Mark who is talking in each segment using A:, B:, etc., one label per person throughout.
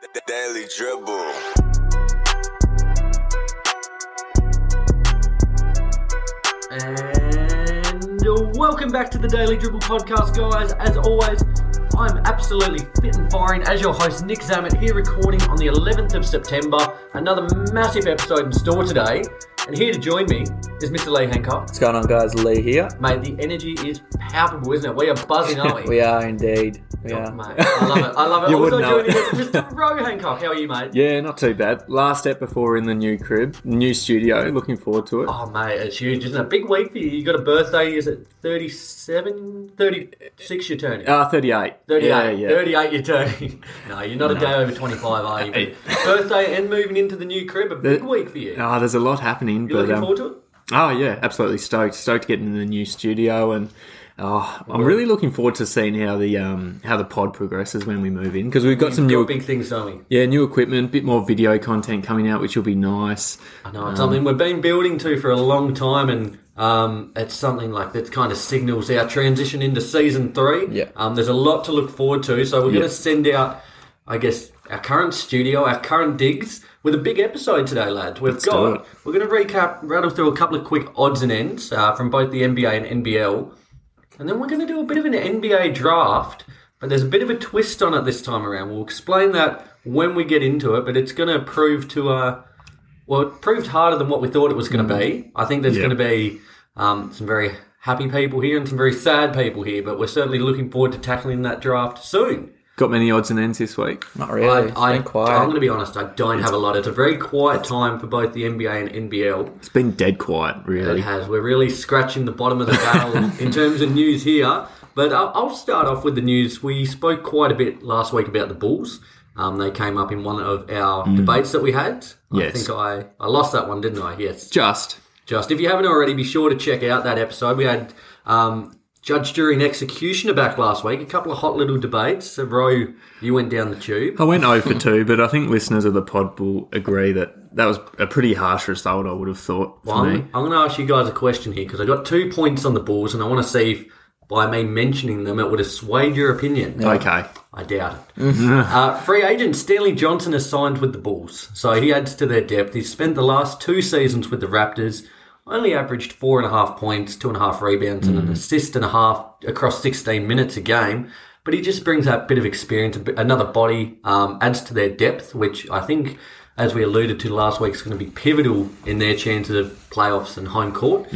A: The Daily Dribble.
B: And welcome back to the Daily Dribble podcast, guys. As always, I'm absolutely fit and firing as your host, Nick Zammit, here recording on the 11th of September. Another massive episode in store today. And here to join me is Mr. Lee Hancock.
C: What's going on, guys? Lee here.
B: Mate, the energy is palpable, isn't it? We are buzzing, aren't we?
C: We are indeed. We
B: Oh,
C: are.
B: mate, I love it. I love it.
C: You
B: also
C: wouldn't know
B: joining us,
C: it.
B: Mr. Roe Hancock. How are you, mate?
C: Yeah, not too bad. Last step before in the new crib, new studio. Looking forward to it.
B: Oh, mate, it's huge, isn't it? Big week for you. You got a birthday, is it 37, 36 you're turning?
C: Ah, 38.
B: 38,
C: Yeah, yeah.
B: 38 you're turning. No, you're not a day over 25, are you? But birthday and moving into the new crib, a big week for you. You
C: Ah, there's a lot happening. but,
B: looking
C: um,
B: forward to it?
C: Oh yeah, absolutely stoked. Stoked to get into the new studio, and oh, I'm really looking forward to seeing how the um, how the pod progresses when we move in because we've got some
B: You've
C: new
B: got big things, don't we?
C: yeah new equipment, bit more video content coming out, which will be nice.
B: I know, it's
C: Um,
B: something we've been building to for a long time, and um, it's something like that kind of signals our transition into season three.
C: Yeah.
B: Um, there's a lot to look forward to, so we're going
C: Yeah.
B: to send out, I guess, our current studio, our current digs, with a big episode today, lads. We've
C: do
B: got,
C: it.
B: we're going to recap, rattle through a couple of quick odds and ends uh, from both the NBA and NBL, and then we're going to do a bit of an NBA draft. But there's a bit of a twist on it this time around. We'll explain that when we get into it, but it's going to prove to uh, well, it proved harder than what we thought it was going to be. I think there's
C: Yeah.
B: going to be um, some very happy people here and some very sad people here, but we're certainly looking forward to tackling that draft soon.
C: Got many odds and ends this week.
D: Not really. It's
B: I,
D: been quiet.
B: I'm going to be honest, I don't have a lot. It's a very quiet time for both the NBA and NBL.
C: It's been dead quiet,
B: It
C: really.
B: has. We're really scratching the bottom of the barrel in terms of news here. But I'll, I'll start off with the news. We spoke quite a bit last week about the Bulls. Um, they came up in one of our debates that we had.
C: Yes.
B: I think I, I lost that one, didn't I? Yes.
C: Just
B: Just if you haven't already, be sure to check out that episode. We had um, judge, jury, and executioner back last week. A couple of hot little debates. So, Ro, you went down the tube.
C: I went 0 for 2, but I think listeners of the pod will agree that that was a pretty harsh result, I would have thought, for
B: Well, I'm,
C: me.
B: I'm going to ask you guys a question here because I got two points on the Bulls, and I want to see if by me mentioning them it would have swayed your opinion.
C: Okay.
B: I doubt it. uh, free agent Stanley Johnson has signed with the Bulls, so he adds to their depth. He's spent the last two seasons with the Raptors, only averaged four and a half points, two and a half rebounds, and an assist and a half across 16 minutes a game. But he just brings that bit of experience, a bit- another body, um, adds to their depth, which I think, as we alluded to last week, is going to be pivotal in their chances of playoffs and home court.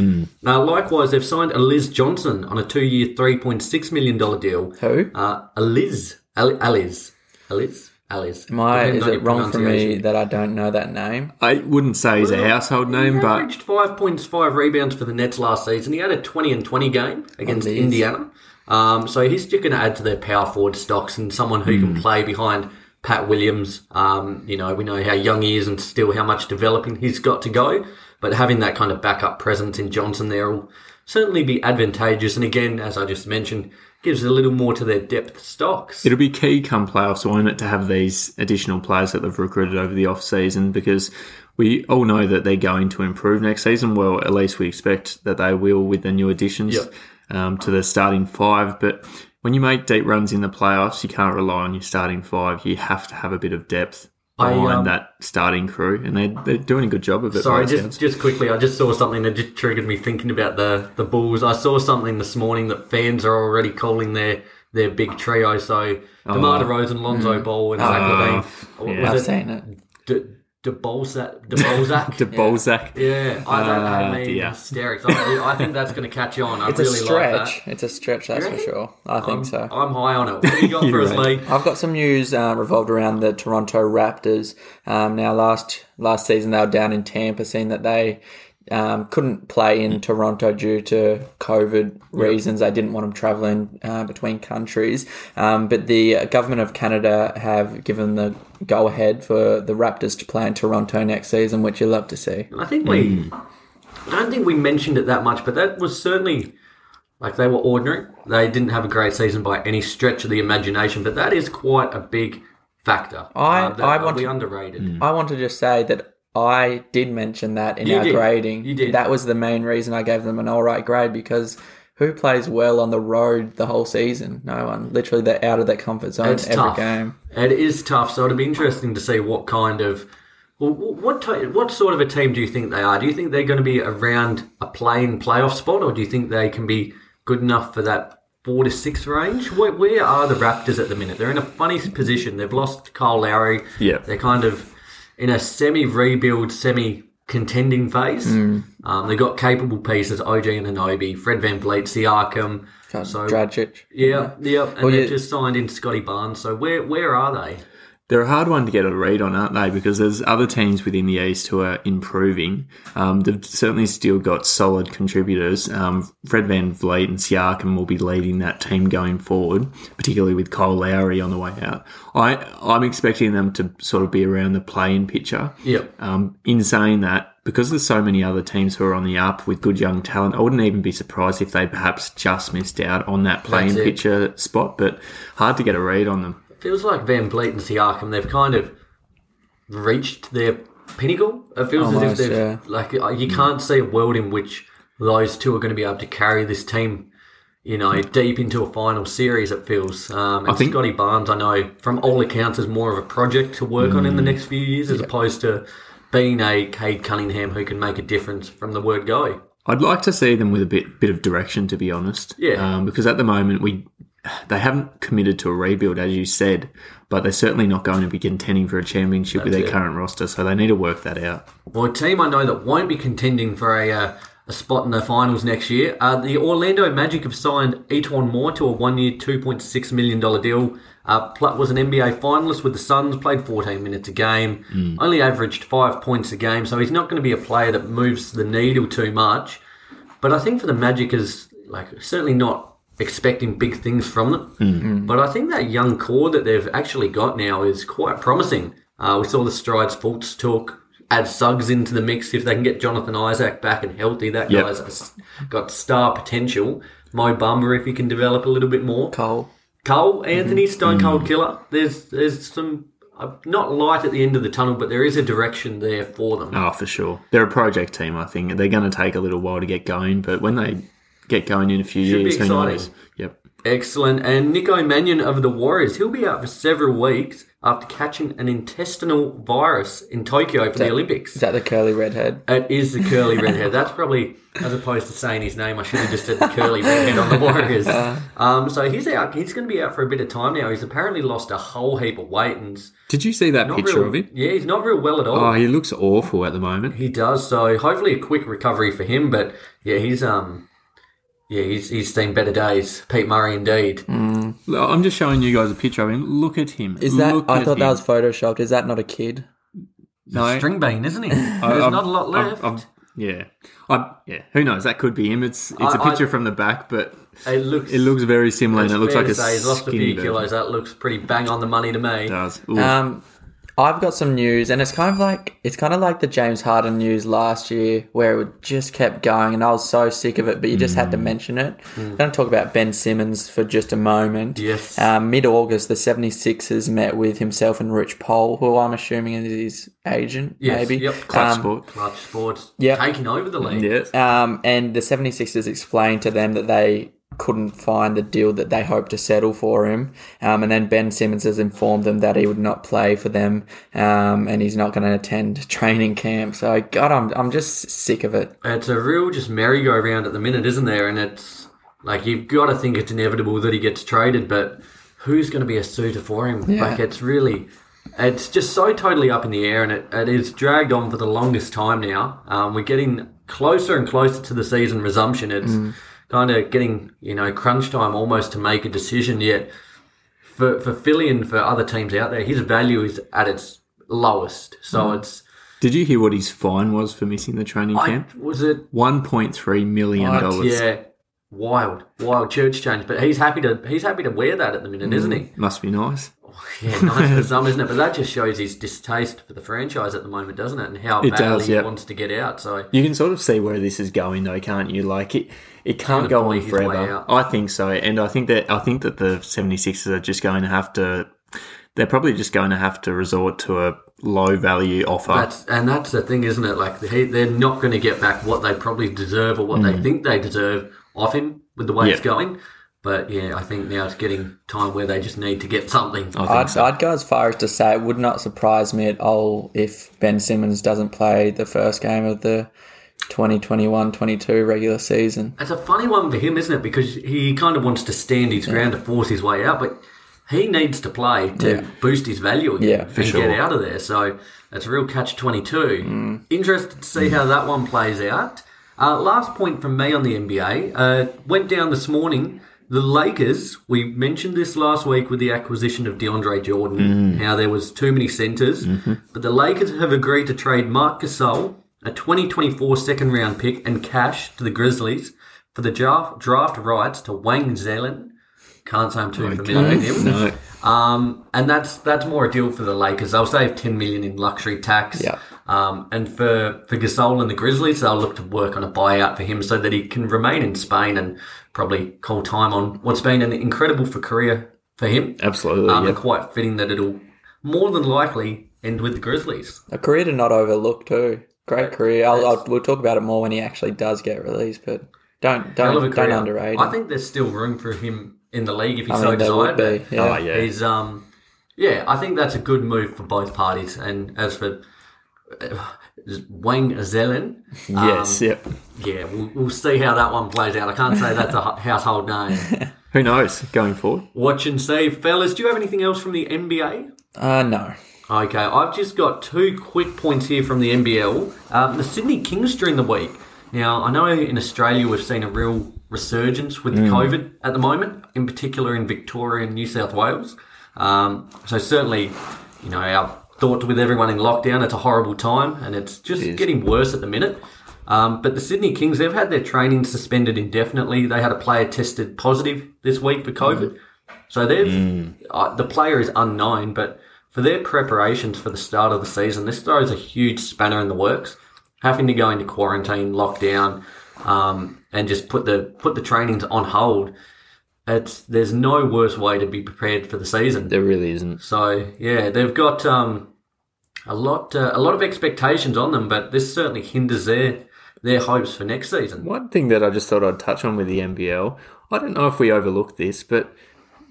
B: Now, likewise, they've signed Liz Johnson on a two-year, $3.6 million deal.
D: Who?
B: Uh, Aliz. Al- Aliz. Aliz? Aliz.
D: Am I,
B: Depends
D: is
B: on
D: it
B: your
D: wrong for me
B: pronunciation.
D: that I don't know that name?
C: I wouldn't say he's a household name,
B: He
C: but
B: averaged five points, five rebounds for the Nets last season. He had a twenty and twenty game against
D: Aliz.
B: Indiana. Um, so he's just going to add to their power forward stocks and someone who
D: Hmm.
B: can play behind Pat Williams. Um, you know, we know how young he is and still how much developing he's got to go. But having that kind of backup presence in Johnson there will certainly be advantageous. And again, as I just mentioned, gives a little more to their depth stocks.
C: it'll be key come playoffs, won't it, to have these additional players that they've recruited over the off-season because we all know that they're going to improve next season. Well, at least we expect that they will with the new additions
B: Yep.
C: um, to the starting five. But when you make deep runs in the playoffs, you can't rely on your starting five. You have to have a bit of depth.
B: I,
C: behind
B: um,
C: that starting crew, and they're, they're doing a good job of it.
B: Sorry,
C: by the
B: just
C: sounds.
B: just quickly, I just saw something that just triggered me thinking about the the Bulls. I saw something this morning that fans are already calling their their big trio. So DeMar DeRozan, Lonzo Ball, and Zach Levine.
C: yeah.
D: I've
B: Was it
D: seen it.
B: De, De Bolsack? De Bolsack?
C: De Balzac.
B: yeah, I don't know.
C: Ah,
B: I mean,
C: dear.
B: hysterics. I, I think that's going to catch on. I
D: It's
B: really
D: a
B: like
D: stretch.
B: that.
D: It's a stretch, that's for
B: reckon? Um,
D: sure. I think
B: I'm,
D: so.
B: I'm high on it. What do you got for
C: You're
B: us,
C: right.
B: Lee?
D: I've got some news uh, revolved around the Toronto Raptors. Um, now, last last season they were down in Tampa, seeing that they um, couldn't play in Toronto due to COVID reasons. They didn't want them traveling uh, between countries. Um, but the uh, government of Canada have given the go ahead for the Raptors to play in Toronto next season, which you love to see.
B: I think we. I don't think we mentioned it that much, but that was certainly like they were ordinary. They didn't have a great season by any stretch of the imagination, but that is quite a big factor.
D: I-
B: that,
D: I
B: uh,
D: want
B: we
D: to-
B: underrated.
D: I want to just say that I did mention that in
B: You
D: our
B: did.
D: grading.
B: You did.
D: That was the main reason I gave them an all right grade because who plays well on the road the whole season? No one. Literally, they're out of their comfort zone
B: It's
D: every
B: tough.
D: game.
B: It is tough. So it'd be interesting to see what kind of, well, wh- what ti- what sort of a team do you think they are? Do you think they're going to be around a playing playoff spot, or do you think they can be good enough for that four to six range? Where, where are the Raptors at the minute? They're in a funny position. They've lost Kyle Lowry.
C: Yeah.
B: they're kind of in a semi rebuild, semi contending phase.
D: Mm.
B: Um, they've got capable pieces: OG and Anobi, Fred Van Vliet, Siakam. So-
D: Dragic.
B: Yeah, Oh, yeah, and
D: Well,
B: they've
D: you-
B: just signed in Scotty Barnes. So where where are they?
C: They're a hard one to get a read on, aren't they? Because there's other teams within the East who are improving. Um, they've certainly still got solid contributors. Um, Fred Van Vliet and Siakam will be leading that team going forward, particularly with Cole Lowry on the way out. I, I'm expecting them to sort of be around the play-in picture.
B: Yep.
C: Um, in saying that, because there's so many other teams who are on the up with good young talent, I wouldn't even be surprised if they perhaps just missed out on that playing
B: That's it.
C: picture spot, but hard to get a read on them.
B: feels like Van Vliet and Siakam, they've kind of reached their pinnacle. It feels as
D: Almost,
B: if they've,
D: yeah.
B: like, uh, you can't see a world in which those two are going to be able to carry this team, you know, deep into a final series, it feels. Um, and
C: think-
B: Scotty Barnes, I know, from all accounts, is more of a project to work on in the next few years as opposed to being a Cade Cunningham who can make a difference from the word go.
C: I'd like to see them with a bit bit of direction, to be honest.
B: Yeah.
C: Um, because at the moment we they haven't committed to a rebuild, as you said, but they're certainly not going to be contending for a championship with their
B: it.
C: current roster, so they need to work that out.
B: Well, a team I know that won't be contending for a, uh, a spot in the finals next year. Uh, the Orlando Magic have signed Etwan Moore to a one-year, $2.6 million deal. Uh, Platt was an NBA finalist with the Suns, played 14 minutes a game, only averaged five points a game, so he's not going to be a player that moves the needle too much. But I think for the Magic is like certainly not expecting big things from them. But I think that young core that they've actually got now is quite promising. Uh, we saw the strides Fultz took. Add Suggs into the mix if they can get Jonathan Isaac back and healthy. That
C: Yep.
B: guy's got star potential. Mo Bummer if he can develop a little bit more.
D: Cole.
B: Cole Anthony Stone Cold Killer. There's there's some uh, not light at the end of the tunnel, but there is a direction there for them.
C: Oh, for sure. They're a project team, I think. They're going to take a little while to get going, but when they get going in a few
B: Should be
C: years, who
B: exciting.
C: knows? Yep.
B: Excellent. And Nico Mannion of the Warriors, he'll be out for several weeks after catching an intestinal virus in Tokyo for the Olympics.
D: Is that the curly redhead?
B: it is the curly redhead. That's probably, as opposed to saying his name, I should have just said the curly redhead on the Warriors. Um, so he's out. He's going to be out for a bit of time now. He's apparently lost a whole heap of weight and s-
C: Did you see that
B: not
C: picture
B: real,
C: of him?
B: Yeah, he's not real well at all.
C: Oh, he looks awful at the moment.
B: He does. So hopefully a quick recovery for him. But yeah, he's um, yeah, he's he's seen better days. Pete Murray, indeed.
C: I'm just showing you guys a picture of him. Look at him.
D: Is that?
C: Look
D: I
C: at
D: thought that
C: him.
D: was photoshopped. Is that not a kid?
C: no,
B: string bean, isn't he? There's
C: I- I've-
B: not a lot
C: I've-
B: left.
C: I've- yeah, I, yeah. Who knows? That could be him. It's it's a
B: I- I-
C: picture from the back, but
B: it looks.
C: it looks very similar, and
B: it's
C: it looks
B: fair
C: like
B: to
C: a
B: say he's lost a
C: skinny
B: few
C: version.
B: kilos. That looks pretty bang on the money to me.
C: It does. Ooh.
D: Um, I've got some news, and it's kind of like it's kind of like the James Harden news last year, where it just kept going, and I was so sick of it. But you just had to
B: Mm.
D: mention it. I'm going to talk about Ben Simmons for just a moment.
B: Yes.
D: Um, Mid August, the 76ers met with himself and Rich Paul, who I'm assuming is his agent,
B: Yes,
D: maybe.
B: yep.
C: Clutch
D: um,
C: sport.
B: Clutch Sports
D: Yep.
B: taking over the league.
C: Yes.
D: Um, and the 76ers explained to them that they couldn't find the deal that they hoped to settle for him. Um, and then Ben Simmons has informed them that he would not play for them um, and he's not going to attend training camp. So, God, I'm, I'm just sick of it.
B: It's a real just merry-go-round at the minute, isn't there? And it's like you've got to think it's inevitable that he gets traded, but who's going to be a suitor for him?
D: Yeah.
B: Like it's really, it's just so totally up in the air, and it, it is dragged on for the longest time now. Um, we're getting closer and closer to the season resumption. It's kind of getting you know crunch time almost to make a decision. Yet for for Philly and for other teams out there, his value is at its lowest. So it's
C: Did you hear what his fine was for missing the training
B: I,
C: camp?
B: was it
C: One point three million
D: What?
C: dollars.
B: Yeah, wild, wild church change. But he's happy to he's happy to wear that at the minute, isn't he?
C: Must be nice.
B: Yeah, nice for some, isn't it? But that just shows his distaste for the franchise at the moment, doesn't it? And how
C: It
B: badly
C: does,
B: he
C: yep.
B: wants to get out. So
C: You can sort of see where this is going, though, can't you? Like it, it
B: gonna
C: can't go
B: bully
C: on
B: his way
C: forever.
B: out.
C: I think so, and I think that I think that the 76ers are just going to have to. They're probably just going to have to resort to a low value offer.
B: that's and that's the thing,
C: Mm.
B: isn't it? Like he, they're not going to get back what they probably deserve or what they think they deserve off him. with the way it's
C: Yeah.
B: going. But yeah, I think now it's getting time where they just need to get something.
C: I think
D: I'd,
C: so.
D: I'd go as far as to say it would not surprise me at all if Ben Simmons doesn't play the first game of the 2021-22 regular season.
B: It's a funny one for him, isn't it? Because he kind of wants to stand his ground to force his way out, but he needs to play to
D: Yeah.
B: boost his value again
D: Yeah,
B: and
D: for
C: sure. Hmm.
B: get out of there. So it's a real catch twenty two. Interested to see how that one plays out. Uh, last point from me on the NBA uh, went down this morning. The Lakers, we mentioned this last week with the acquisition of DeAndre Jordan,
C: Hmm.
B: how there was too many centers,
C: Mm-hmm.
B: but the Lakers have agreed to trade Mark Gasol, a 2024 second round pick, and cash to the Grizzlies for the draft, draft rights to Wang Zelen. Can't say I'm too familiar with him.
C: No,
B: Um, and that's that's more a deal for the Lakers. They'll save ten million in luxury tax.
D: Yeah.
B: Um, and for for Gasol and the Grizzlies, they'll look to work on a buyout for him so that he can remain in Spain and probably call time on what's been an incredible for career for him.
C: absolutely.
B: Um,
C: yeah.
B: and quite fitting that it'll more than likely end with the Grizzlies.
D: A career to not overlook too. Great career. I'll, I'll, we'll talk about it more when he actually does get released, but don't
B: Hell of a
D: don't don't
B: career.
D: underrate.
B: I
D: him.
B: think there's still room for him in the league if he
D: I
B: so
D: mean, there
B: desired.
D: would be.
B: but-
D: Yeah.
C: Oh, yeah.
B: He's um, yeah, I think that's a good move for both parties. And as for uh, Wang Zelen, um,
C: yes, yep.
B: yeah, we'll, we'll see how that one plays out. I can't say that's a hu- household name.
C: Who knows going forward?
B: Watch and see, fellas. Do you have anything else from the NBA?
D: Uh, no.
B: Okay, I've just got two quick points here from the NBL. Um, the Sydney Kings during the week. Now, I know in Australia we've seen a real resurgence with COVID at the moment, in particular in Victoria and New South Wales. Um, so, certainly, you know, our thoughts with everyone in lockdown, it's a horrible time and it's just getting worse at the minute. Um, but the Sydney Kings, they've had their training suspended indefinitely. They had a player tested positive this week for COVID. So they've
C: Mm.
B: uh, the player is unknown, but for their preparations for the start of the season, this throws a huge spanner in the works. Having to go into quarantine, lockdown, um, and just put the put the trainings on hold. It's there's no worse way to be prepared for the season.
C: There really isn't.
B: So yeah, they've got um, a lot uh, a lot of expectations on them, but this certainly hinders their their hopes for next season.
C: One thing that I just thought I'd touch on with the NBL, I don't know if we overlooked this, but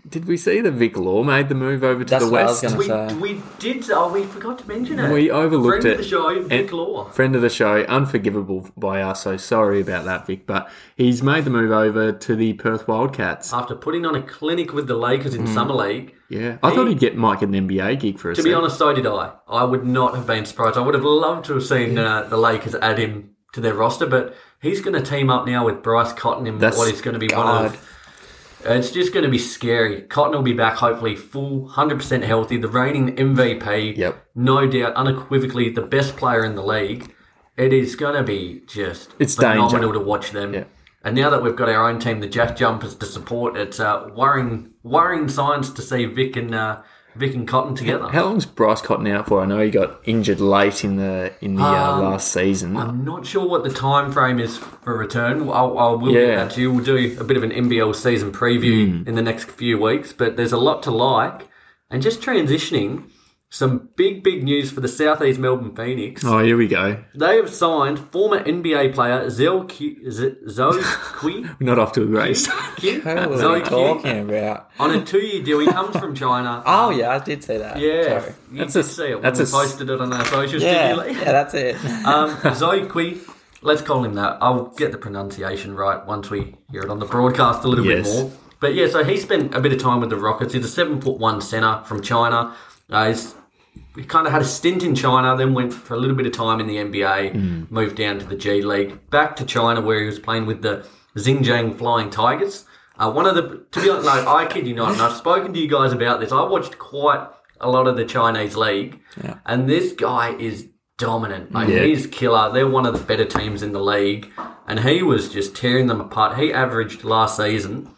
C: did we see that Vic Law made the move over to
D: That's
C: the
D: what I
C: West?
D: was
B: We,
D: So-
B: we did. Oh, we forgot to mention it.
C: uh, We overlooked
B: Friend of
C: it.
B: the show, Vic Law.
C: Friend of the show, unforgivable by us, so sorry about that, Vic, but he's made the move over to the Perth Wildcats.
B: after putting on a clinic with the Lakers in summer league.
C: yeah. I thought he'd get Mike an NBA gig for a
B: To be honest, so did I. I would not have been surprised. I would have loved to have seen uh, the Lakers add him to their roster, but he's going to team up now with Bryce Cotton in
C: That's-
B: what is going to be one
D: God.
B: of. It's just going to be scary. Cotton will be back, hopefully, full, 100% healthy, the reigning MVP.
C: Yep.
B: No doubt, unequivocally, the best player in the league. It is going to be just
C: It's
B: phenomenal
C: danger.
B: to watch them.
C: Yeah.
B: And now that we've got our own team, the Jack Jumpers, to support, it's uh, worrying, worrying signs to see Vic and uh, Vic and Cotton together.
C: How long's Bryce Cotton out for? I know he got injured late in the in the uh, last season.
B: I'm not sure what the time frame is for return. I'll, I'll will get
C: Yeah.
B: that to you. We'll do a bit of an NBL season preview in the next few weeks, but there's a lot to like. And just transitioning, some big big news for the Southeast Melbourne Phoenix.
C: oh, here we go.
B: They have signed former NBA player Zell Q, Z, Zoe Kui.
C: We're not off to a great start.
B: Q?
D: Who are
B: Zoe
D: we
B: Kui
D: talking about?
B: on a two-year deal. He comes from China.
D: Oh yeah, I did see that.
B: yeah,
D: Sorry.
B: you
C: That's
B: did
C: a-
B: see it. when
C: that's
B: we
C: a s-
B: posted it on our socials.
D: Yeah,
B: Did you?
D: yeah, that's it.
B: Um, Zoikwe, let's call him that. I'll get the pronunciation right once we hear it on the broadcast a little
C: Yes.
B: bit more. But yeah, so he spent a bit of time with the Rockets. He's a seven foot one center from China. Uh, he's, he kind of had a stint in China, then went for a little bit of time in the NBA, moved down to the G League, back to China where he was playing with the Xinjiang Flying Tigers. Uh, one of the, to be honest, no, I kid you not, and I've spoken to you guys about this. I watched quite a lot of the Chinese league, and this guy is dominant. Like,
C: Yeah.
B: He's killer. They're one of the better teams in the league, and he was just tearing them apart. He averaged last season,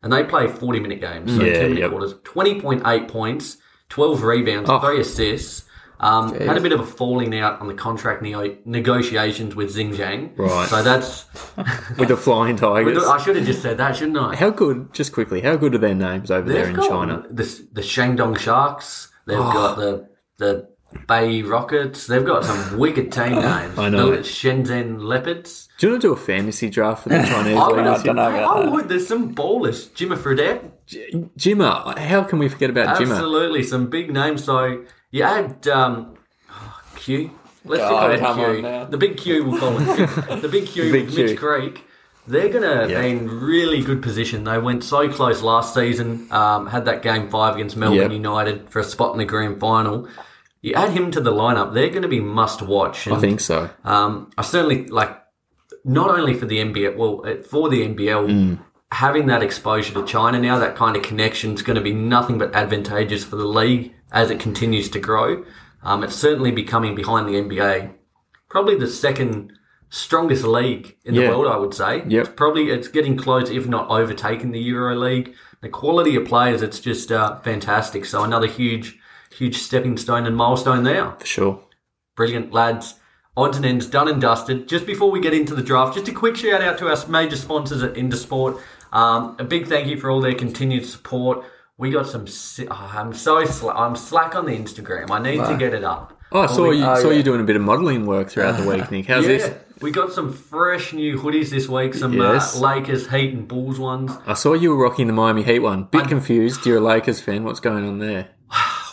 B: and they play 40 minute games, so
C: Yeah,
B: 10 minute
C: yep. Oh.
B: quarters, 20.8 points, 12 rebounds, 3 assists. Um, had a bit of a falling out on the contract neo- negotiations with Xinjiang.
C: Right.
B: So that's.
C: with the Flying Tigers.
B: I should have just said that, shouldn't I?
C: How good, just quickly, how good are their names over there
B: They've
C: in
B: got
C: China? Oh.
B: The, the Shandong Sharks. They've got the the Bay Rockets. They've got some wicked team names.
C: I know.
B: The Shenzhen Leopards.
C: Do you want to do a fantasy draft for the Chinese
B: I
C: league
B: would,
C: this
D: don't
C: year?
D: know about
B: I
D: that.
B: would. There's some ballers. Jimmy Fredette.
C: J- Jimmer, how can we forget about Jimmer?
B: Absolutely. Some big names. So you add um, Q. Let's just
D: Oh,
B: call it
D: come on
B: Q.
D: now.
B: The big Q will call it. the big Q
C: big
B: with
C: Q.
B: Mitch Creek. They're going to
C: Yeah.
B: be in really good position. They went so close last season, um, had that game five against Melbourne
C: Yep.
B: United for a spot in the grand final. You add him to the lineup, they're going to be must watch.
C: I think so.
B: Um, I certainly like not only for the NBL, well, uh, for the NBL,
C: Hmm.
B: having that exposure to China now, that kind of connection is going to be nothing but advantageous for the league as it continues to grow. Um, it's certainly becoming behind the NBA, probably the second strongest league in
C: Yeah.
B: the world. I would say.
C: Yep.
B: It's probably it's getting close, if not overtaking the Euro League. The quality of players, it's just uh, fantastic. So another huge, huge stepping stone and milestone there.
C: For sure.
B: Brilliant, lads. Odds and ends done and dusted. Just before we get into the draft, just a quick shout out to our major sponsors at Intersport. Um, a big thank you for all their continued support. We got some. si- oh, I'm so sla- I'm slack on the Instagram. I need to get it up.
C: Oh, I saw you
D: oh,
C: saw
D: yeah.
C: you doing a bit of modelling work throughout the week, Nick. How's
B: Yeah,
C: this?
B: we got some fresh new hoodies this week. Some
C: Yes.
B: uh, Lakers, Heat, and Bulls ones.
C: I saw you were rocking the Miami Heat one. Bit confused. You're a Lakers fan. What's going on there?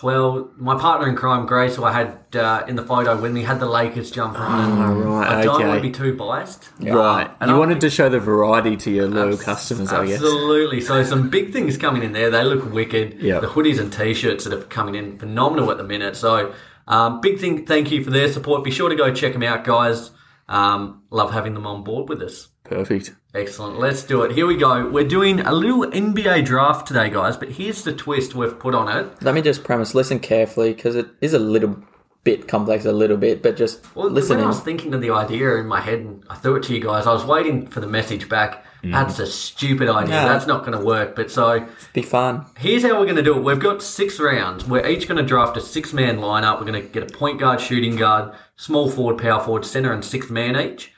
B: Well, my partner in crime, Grace, who I had uh, in the photo with me, had the Lakers jumper on. and
C: right,
B: I don't want
C: Mm. Oh, okay.
B: to be too biased.
C: Right.
B: and
C: you
B: I
C: wanted to show the variety to your loyal customers, I guess.
B: Absolutely. So some big things coming in there. They look wicked.
C: Yeah.
B: The hoodies and t-shirts that are coming in phenomenal at the minute. So um, big thing. Thank you for their support. Be sure to go check them out, guys. Um, love having them on board with us.
C: Perfect.
B: Excellent. Let's do it. Here we go. We're doing a little NBA draft today, guys. But here's the twist we've put on it.
D: Let me just premise. Listen carefully because it is a little bit complex, a little bit, but just
B: Well,
D: listen.
B: when I
D: in.
B: was thinking of the idea in my head, and I threw it to you guys, I was waiting for the message back. That's a stupid idea.
D: Mm. Yeah.
B: That's not going to work. But so
D: Be fun.
B: Here's how we're going to do it. We've got six rounds. We're each going to draft a six man lineup. We're going to get a point guard, shooting guard, small forward, power forward, center, and sixth man each.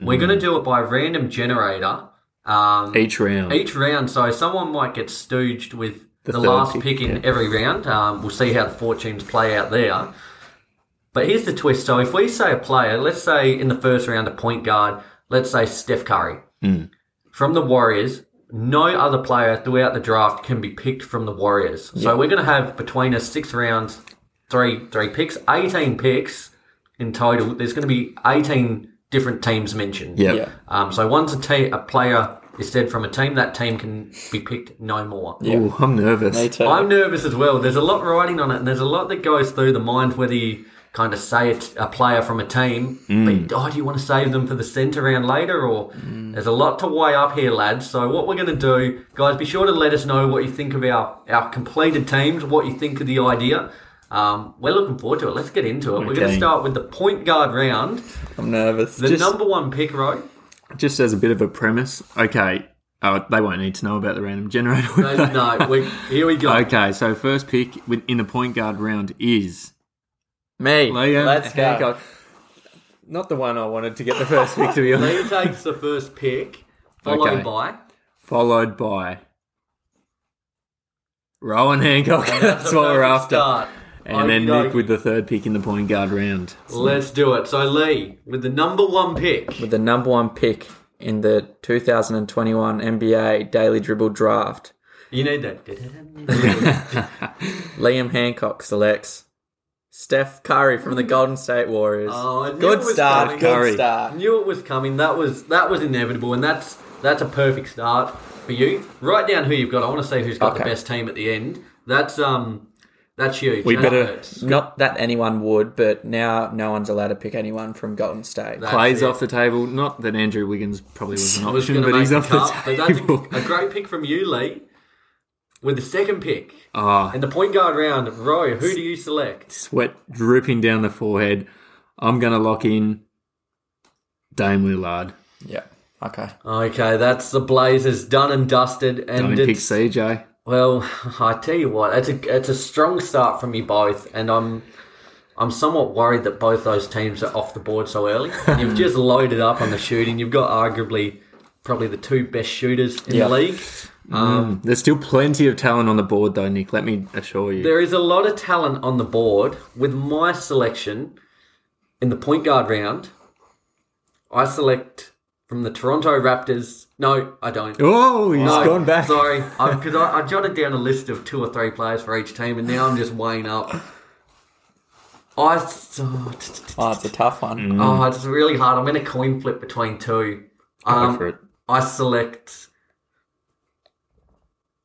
B: We're going to do it by random generator. Um,
C: Each round.
B: each round, so someone might get stooged with
C: The
B: the,
C: third
B: last
C: pick,
B: pick, in every round. Um, we'll see how the fortunes play out there. But here's the twist. So if we say a player, let's say in the first round a point guard, let's say Steph Curry
C: Hmm.
B: from the Warriors. No other player throughout the draft can be picked from the Warriors. So we're going to have between us six rounds, three three picks, eighteen picks in total. There's going to be eighteen different teams mentioned.
C: Yep.
D: Yeah.
B: Um, so once a, te- a player is said from a team, that team can be picked no more.
C: Ooh, I'm nervous.
D: Me too.
B: I'm nervous as well. There's a lot riding on it, and there's a lot that goes through the mind whether you kind of say it a player from a team,
C: Mm.
B: but oh, do you want to save them for the centre round later? Or there's a lot to weigh up here, lads. So what we're going to do, guys, be sure to let us know what you think of our our completed teams, what you think of the idea. Um, we're looking forward to it. Let's get into it. We're going
C: Okay.
B: to start with the point guard round,
D: I'm nervous.
B: the
D: Just-
B: number one pick, right?
C: Just as a bit of a premise. Okay. Oh, they won't need to know about the random generator.
B: No,
C: will they?
B: no we, here we go.
C: Okay, so first pick with- in the point guard round is
D: me.
B: uh,
C: Liam
D: Let's go.
C: Hancock. Not the one I wanted to get the first pick, to be honest.
B: Lee takes the first pick, followed
C: Okay.
B: by
C: Followed by Rowan Hancock. That's
B: the
C: what we're
B: perfect
C: after.
B: start.
C: And then
B: Okey-doke.
C: Nick with the third pick in the point guard round.
B: Let's do it. So Lee with the number one pick.
D: with the number one pick in the 2021 NBA Daily Dribble Draft.
B: You need that.
D: Liam Hancock selects Steph Curry from the Golden State Warriors.
B: Oh, I knew it
D: good
B: was
D: start,
B: coming.
D: good
C: Curry.
B: I
D: start.
B: knew it was coming. That was that was inevitable, and that's that's a perfect start for you. Write down who you've got. I want to see who's got the
D: Okay.
B: best team at the end. That's um that's huge.
C: We
B: That
C: better-
B: hurts.
D: Not that anyone would, but now no one's allowed to pick anyone from Golden State.
B: That-
C: Plays
B: it.
C: off the table. Not that Andrew Wiggins probably was an
B: I was going
C: option,
B: to
C: but
B: make
C: he's
B: the
C: off the
B: cut, but that's
C: table.
B: a, a great pick from you, Lee. With the second pick
C: Ah,
B: in the point guard round, Roy, who do you select?
C: sweat dripping down the forehead. I'm going to lock in Dame Lillard.
D: Yeah. Okay.
B: Okay, that's the Blazers done and dusted, and
C: Don't
B: it's,
C: pick CJ.
B: Well, I tell you what, it's a it's a strong start from you both, and I'm I'm somewhat worried that both those teams are off the board so early. You've just loaded up on the shooting. You've got arguably probably the two best shooters in
D: Yeah.
B: the league.
C: Um, There's still plenty of talent on the board, though, Nick. Let me assure you.
B: There is a lot of talent on the board. With my selection in the point guard round, I select from the Toronto Raptors. No, I don't.
C: Oh, he's
B: No,
C: gone back.
B: Sorry, because I, I jotted down a list of two or three players for each team, and now I'm just weighing up. I s- oh, t- t- t-
C: Ah,
D: Oh, it's a tough one.
B: oh,
C: mm.
B: it's really hard. I'm in a coin flip between two. Um,
C: for it.
B: I select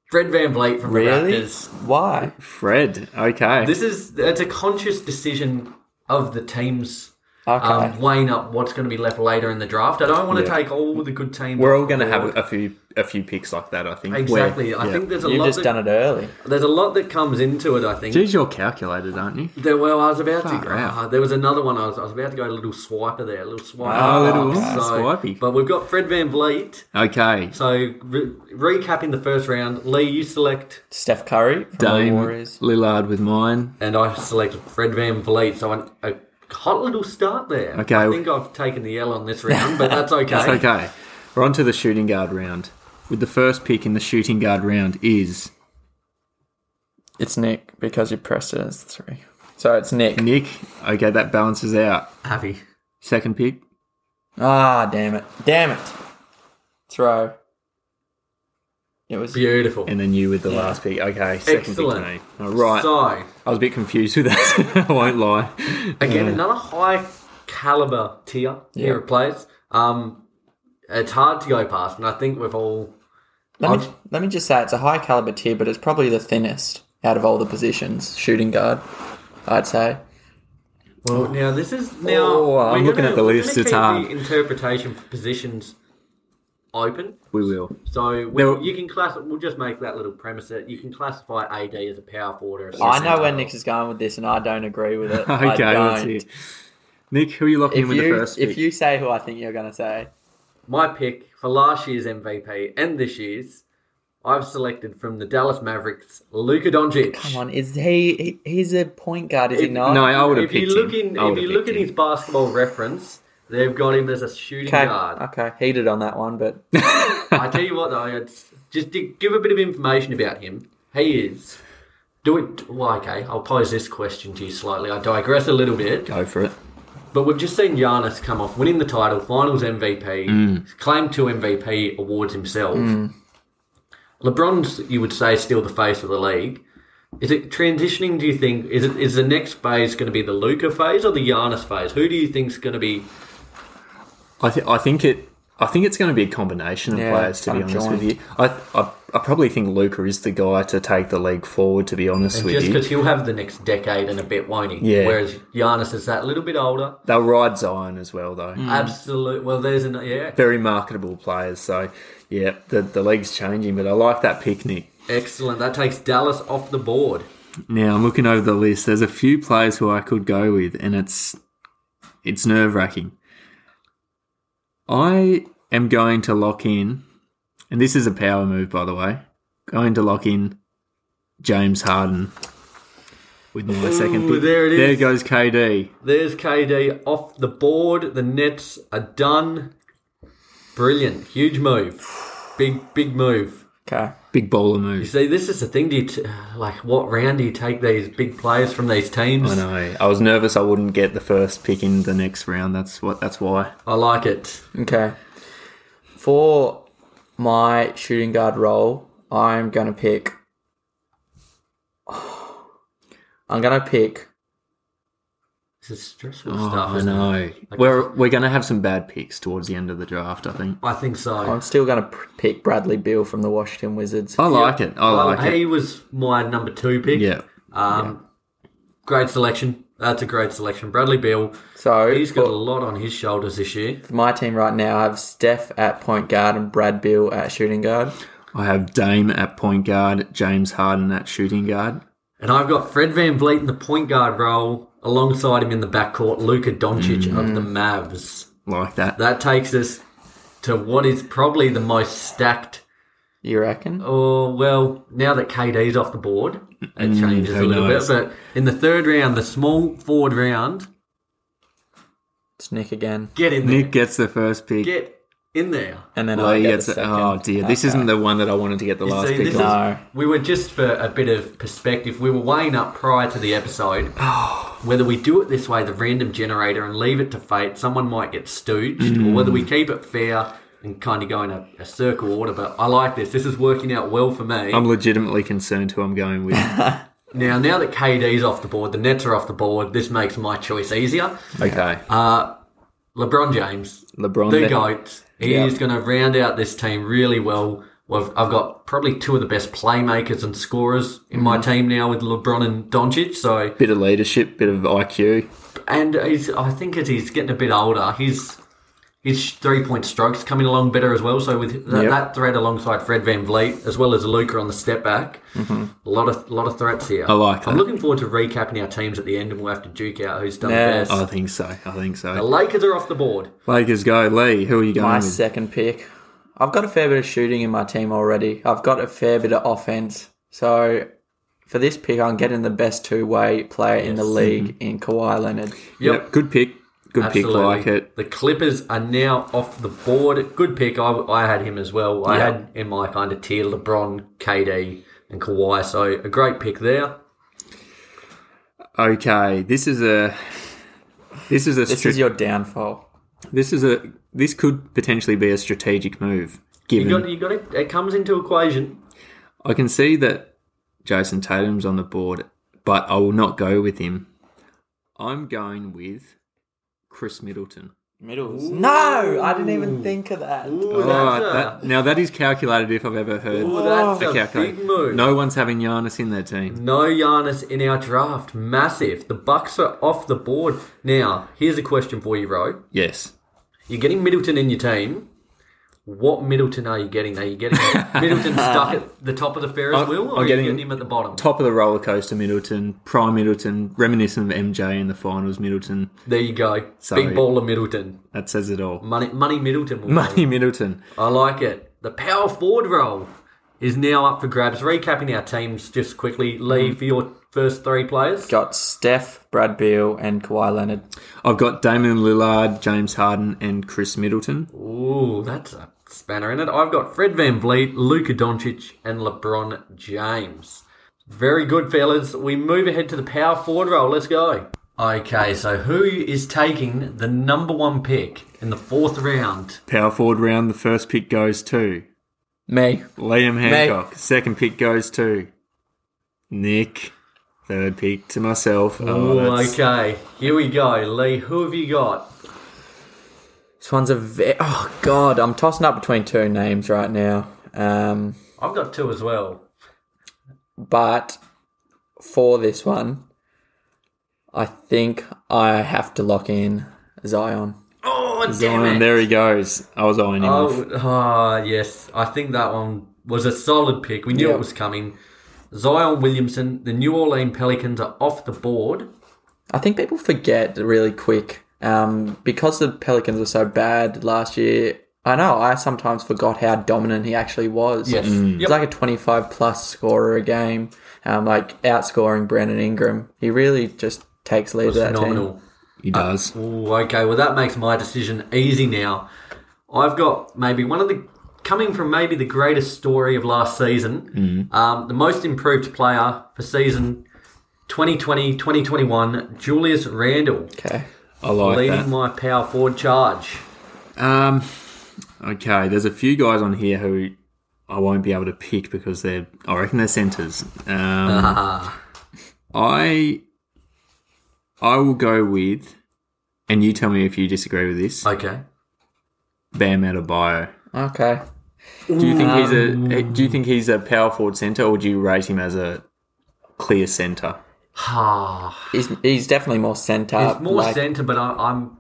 B: Fred Van Vliet from
D: Really?
B: the Raptors.
D: Why?
C: Fred. Okay.
B: This is it's a conscious decision of the teams
D: Okay.
B: um, weighing up what's going to be left later in the draft. I don't want to
C: Yeah.
B: take all the good teams.
C: We're all going to have a few a few picks like that. I think.
B: exactly.
C: Where-
B: I
C: yeah.
B: think there's a
D: You've
B: lot.
D: just
B: That,
D: done it early.
B: There's a lot that comes into it. I think.
C: Geez, you're calculated, aren't you?
B: There, well, I was about to.
C: Far out.
B: ah, there was another one. I was, I was about to go a little swiper there, a little swiper.
C: Ah, a little swipey.
B: But we've got Fred Van Vliet.
C: Okay.
B: So re- recapping the first round, Lee, you select,
D: Steph Curry from
C: Dame
D: the Warriors.
C: Lillard with mine.
B: and I select Fred Van Vliet. So an, a hot little start there.
C: Okay.
B: I think I've taken the L on this round, but that's okay.
C: That's okay. We're on to the shooting guard round. With the first pick in the shooting guard round is
D: It's Nick because you pressed it as three. So it's Nick.
C: Nick. Okay, that balances out.
B: Happy.
C: Second pick.
D: Ah, damn it. Damn it. Throw. It was
B: Beautiful.
C: And then you with the last pick. Okay, second
B: Excellent.
C: pick. to me. All right.
B: So
C: I was a bit confused with that. I won't lie. Uh,
B: again, another high caliber tier here
D: Yeah.
B: of players. Um, it's hard to go past, and I think we've all
D: Let me, let me just say it's a high caliber tier, but it's probably the thinnest out of all the positions. Shooting guard, I'd say.
B: Well, now this is now.
C: Oh, I'm
B: we're
C: looking at the
B: we're
C: list,
B: gonna
C: it's
B: keep
C: hard.
B: The interpretation for positions open,
C: We will.
B: so we,
C: There-
B: you can class. We'll just make that little premise that you can classify AD as a power forward. Or a
D: I
B: center.
D: know where Nick is going with this, and I don't agree with it. I
C: Okay, that's
D: don't.
C: it. Nick, who are you locking in
D: If
C: with
D: you,
C: the first pick?
D: if you say who I think you're going to say,
B: My pick for last year's MVP and this year's, I've selected from the Dallas Mavericks, Luka Doncic.
D: come on, is he, he he's a point guard, is he
B: If-
D: not?
C: no, I would have
B: If you
C: picked
B: look
C: him.
B: in,
C: I
B: if
C: would've
B: you look at
C: picked
B: his basketball reference, they've got him as a shooting
D: okay,
B: guard.
D: okay, heated on that one, but
B: I tell you what, though, it's, just to give a bit of information about him. He is. Do it. Well, okay, I'll pose this question to you slightly. I digress a little bit.
C: Go for it.
B: But we've just seen Giannis come off winning the title, finals MVP, claimed two MVP awards himself. LeBron's, you would say, still the face of the league. Is it transitioning, do you think? Is it is the next phase going to be the Luca phase or the Giannis phase? Who do you think's going to be.
C: I, th- I think it. I think it's going to be a combination of
D: Yeah,
C: players. To be
D: kind
C: honest
D: of
C: with you, I, th- I I probably think Luca is the guy to take the league forward. To be honest with
B: Just
C: you,
B: because he'll have the next decade and a bit, won't he?
C: Yeah.
B: Whereas Giannis is that little bit older.
C: they'll ride Zion as well, though.
D: Mm.
B: Absolute. Well, there's an yeah.
C: Very marketable players. So yeah, the the league's changing, but I like that picnic.
B: Excellent. That takes Dallas off the board.
C: Now I'm looking over the list. There's a few players who I could go with, and it's it's nerve wracking. I am going to lock in, and this is a power move, by the way. Going to lock in James Harden with my second
B: Ooh,
C: pick.
B: there it
C: There
B: is.
C: goes KD.
B: There's KD off the board. The Nets are done. Brilliant. Huge move. Big big move.
D: okay.
C: Big bowler
B: You
C: move.
B: see, this is the thing. Do you t- like what round do you take these big players from these teams?
C: I know. I was nervous I wouldn't get the first pick in the next round. That's what. That's why.
B: I like it.
D: Okay. For my shooting guard role, I'm going to pick. I'm going to pick.
B: This is stressful
C: Oh,
B: stuff.
C: I
B: Isn't it?
C: know. We're we're going to have some bad picks towards the end of the draft. I think.
B: I think so.
D: I'm still going to pick Bradley Beal from the Washington Wizards.
C: I like it. I
B: Well,
C: like it.
B: he was my number two pick.
C: Yeah.
B: Um, Great selection. That's a great selection. Bradley Beal.
D: So
B: He's got a
D: for
B: lot on his shoulders this year.
D: my team right now, I have Steph at point guard and Brad Beal at shooting guard.
C: I have Dame at point guard, James Harden at shooting guard.
B: And I've got Fred Van Vliet in the point guard role alongside him in the backcourt, Luka Doncic of
C: Mm.
B: the Mavs.
C: Like that.
B: That takes us to what is probably the most stacked.
D: You reckon?
B: Oh, well, now that KD's off the board, it changes a
C: Mm, who
B: little
C: knows?
B: bit. But in the third round, the small forward round,
D: It's Nick again.
B: get in there.
C: Nick gets the first pick.
B: Get in there.
D: and then
C: Oh,
D: I
C: yeah,
D: get the
C: it's-
D: second.
C: oh dear, this isn't the one that I wanted to get the
B: You
C: last
B: see,
C: pick
B: this
C: on.
D: on.
B: is, we were just for a bit of perspective. We were weighing up prior to the episode whether we do it this way, the random generator, and leave it to fate. Someone might get stooged, or whether we keep it fair and kind of go in a, a circle order. But I like this. This is working out well for me.
C: I'm legitimately concerned who I'm going with.
B: now, now that KD's off the board, the Nets are off the board. This makes my choice easier.
C: okay,
B: LeBron James,
C: LeBron.
B: the
C: then.
B: goat. He
D: Yeah.
B: is going to round out this team really well. I've, I've got probably two of the best playmakers and scorers in my team now with LeBron and Doncic. So
C: Bit of leadership, bit of IQ.
B: and he's, I think as he's getting a bit older, his his three point strokes coming along better as well. So with th-
C: Yep.
B: that threat alongside Fred Van Vliet as well as Luca on the step back, a lot of lot of threats here. I
C: Mm-hmm. like
B: I'm
C: that.
B: looking forward to recapping our teams at the end, and we'll have to duke out who's done
D: Yeah.
B: the
C: I
B: best.
C: think so. I think
B: The
C: so.
B: Lakers are off the board.
C: Lakers go. Lee, who are you going
D: my
C: with?
D: second pick. I've got a fair bit of shooting in my team already. I've got a fair bit of offense. So for this pick, I'm getting the best two way player in the league in Kawhi Leonard.
B: Yep.
C: good pick. Good pick. Like it.
B: The Clippers are now off the board. Good pick. I, I had him as well. I had in my kind of tier LeBron, KD, and Kawhi. So a great pick there.
C: Okay, this is a. This is a.
D: This
C: stri-
D: is your downfall.
C: this is a. This could potentially be a strategic move. Given
B: You got you got it. It comes into equation.
C: I can see that Jason Tatum's on the board, but I will not go with him. I'm going with Chris Middleton.
D: Middles. No, I didn't even think of that.
B: Ooh, Oh, that's,
C: Alright, that-
B: a,
C: now that is calculated if I've ever heard.
B: ooh, that's
C: a
B: a
C: calculate-
B: big move.
C: No one's having Giannis in their team.
B: No Giannis in our draft. Massive. The Bucks are off the board. Now, here's a question for you, Ro.
C: Yes.
B: You're getting Middleton in your team. What Middleton are you getting? Are you getting Middleton stuck at the top of the Ferris
C: I'm-
B: wheel, or
C: I'm
B: are you
C: getting-
B: getting him at the bottom?
C: Top of the roller coaster, Middleton. Prime Middleton. Reminiscent of MJ in the finals, Middleton.
B: There you go.
C: Sorry.
B: Big baller Middleton.
C: That says it all.
B: Money, money Middleton. will
C: Money Middleton.
B: I like it. The power forward role is now up for grabs. Recapping our teams just quickly. Lee,
C: Mm.
B: for your first three players.
D: Got Steph, Brad Beal, and Kawhi Leonard.
C: I've got Damon Lillard, James Harden, and Chris Middleton.
B: Ooh, that's a spanner in it. I've got Fred Van Vliet, Luka Doncic, and LeBron James. Very good, fellas. We move ahead to the power forward role. Let's go. Okay, so who is taking the number one pick in the fourth round?
C: Power forward round, the first pick goes to
D: Me.
C: Liam Hancock. Second pick goes to Nick. Third pick to myself.
B: Ooh,
C: Oh, that's-
B: okay, here we go. Lee, who have you got?
D: This one's a ve- oh god, I'm tossing up between two names right now. Um,
B: I've got two as well.
D: but for this one, I think I have to lock in Zion.
B: Oh, damn
C: Zion,
B: it.
C: there he goes. I was eyeing him off.
B: Oh, ah, yes. I think that one was a solid pick. We knew
D: Yeah.
B: it was coming. Zion Williamson, the New Orleans Pelicans are off the board.
D: I think people forget really quick um, because the Pelicans were so bad last year. I know I sometimes forgot how dominant he actually was.
B: Yes. Mm.
D: he's
B: Yep.
D: like a twenty-five plus scorer a game, um, like outscoring Brandon Ingram. He really just takes lead of that team.
B: Phenomenal.
C: He does.
B: Ooh, okay. Well, that makes my decision easy now. I've got maybe one of the coming from maybe the greatest story of last
D: Mm-hmm.
B: season, um, the most improved player for season 2020-2021, Julius Randle,
D: Okay.
C: I like
B: leading
C: that.
B: my power forward charge.
C: Um, okay, there's a few guys on here who I won't be able to pick because they're, I reckon they're centres. Um, I, I will go with, and you tell me if you disagree with this.
B: Okay.
C: Bam Adebayo.
D: Okay.
C: Do you think he's
B: Mm.
C: a? Do you think he's a power forward centre, or do you rate him as a clear centre?
B: Ah.
D: He's, he's definitely more centre.
B: It's more
D: like,
B: centre, but I, I'm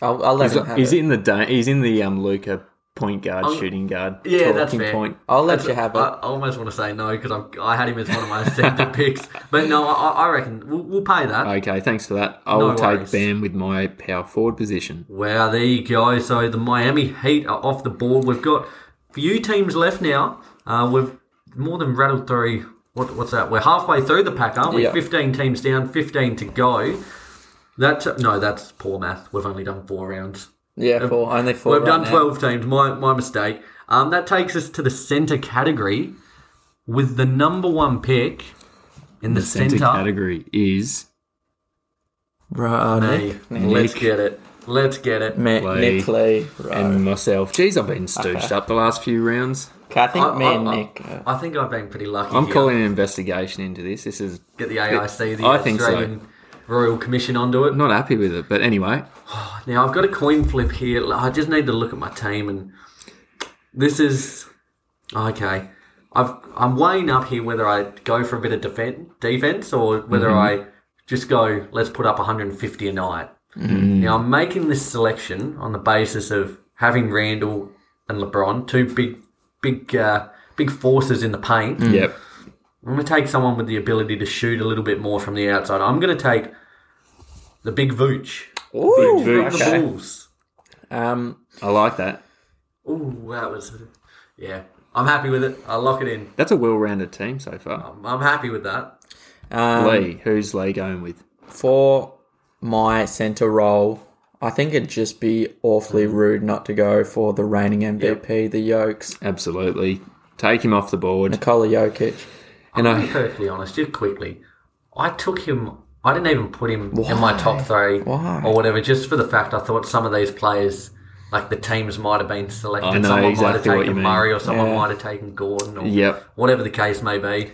D: I'll, I'll let
C: He's,
D: him have
C: he's
D: it.
C: in the da- he's in the um Luca point guard, shooting guard.
B: yeah, that's
C: talking
B: fair.
D: I'll let
B: that's-
D: you have it.
B: I, I almost want to say no because I had him as one of my centre picks, but no, I, I reckon we'll, we'll pay that.
C: Okay, thanks for that. I
B: No
C: will take
B: worries.
C: Bam with my power forward position.
B: Wow, there you go. So the Miami Heat are off the board. We've got few teams left now. Uh, we've more than rattled through. What, what's that? We're halfway through the pack, aren't we?
D: Yeah.
B: Fifteen teams down, fifteen to go. That's no, that's poor math. We've only done four rounds.
D: Yeah, four. Only four.
B: We've
D: right
B: done
D: now.
B: 12 teams. My, my mistake. Um, that takes us to the centre category with the number one pick in the,
C: The centre
B: centre.
C: category is
D: Right,
B: Hey,
D: Nick. Nick.
B: let's get it. Let's get it.
D: Ma-
C: Lee.
D: Nick Lee. Right.
C: and myself. Jeez, I've been stooged up the last few rounds.
D: Okay, I think
B: I,
D: me
B: I-
D: and
B: I-
D: Nick. uh,
B: I think I've been pretty lucky.
C: I'm
B: here.
C: calling an investigation into this. This is
B: Get the AIC, the
C: I think so.
B: Australian Royal Commission, onto it.
C: I'm not happy with it, but anyway,
B: Now I've got a coin flip here. I just need to look at my team, and this is okay. I've I'm weighing up here whether I go for a bit of defense, defense, or whether
C: Mm-hmm.
B: I just go. Let's put up 150 a night.
C: Mm.
B: Now I'm making this selection on the basis of having Randall and LeBron, two big, big, uh, big forces in the paint.
C: yep.
B: I'm going to take someone with the ability to shoot a little bit more from the outside. I'm going to take the big Vooch.
D: Ooh,
C: Vooch.
B: From
D: okay.
B: The Bulls.
D: Um,
C: I like that.
B: Ooh, that was. Yeah, I'm happy with it. I lock it in.
C: That's a well-rounded team so far.
B: I'm, I'm happy with that.
D: um,
C: Lee, who's Lee going with?
D: for my centre role, I think it'd just be awfully
B: Hmm.
D: rude not to go for the reigning MVP, the Yokes,
C: Absolutely, take him off the board.
D: Nikola Jokic.
C: And
B: To be
C: I,
B: perfectly honest, just quickly, I took him. I didn't even put him in my top three
D: Why?
B: or whatever, just for the fact I thought some of these players, like the teams, might have been selected.
C: I know
B: someone might have
C: exactly what
B: taken
C: you mean.
B: Murray, or someone
D: Yeah.
B: might have taken Gordon, or
C: Yep.
B: whatever the case may be.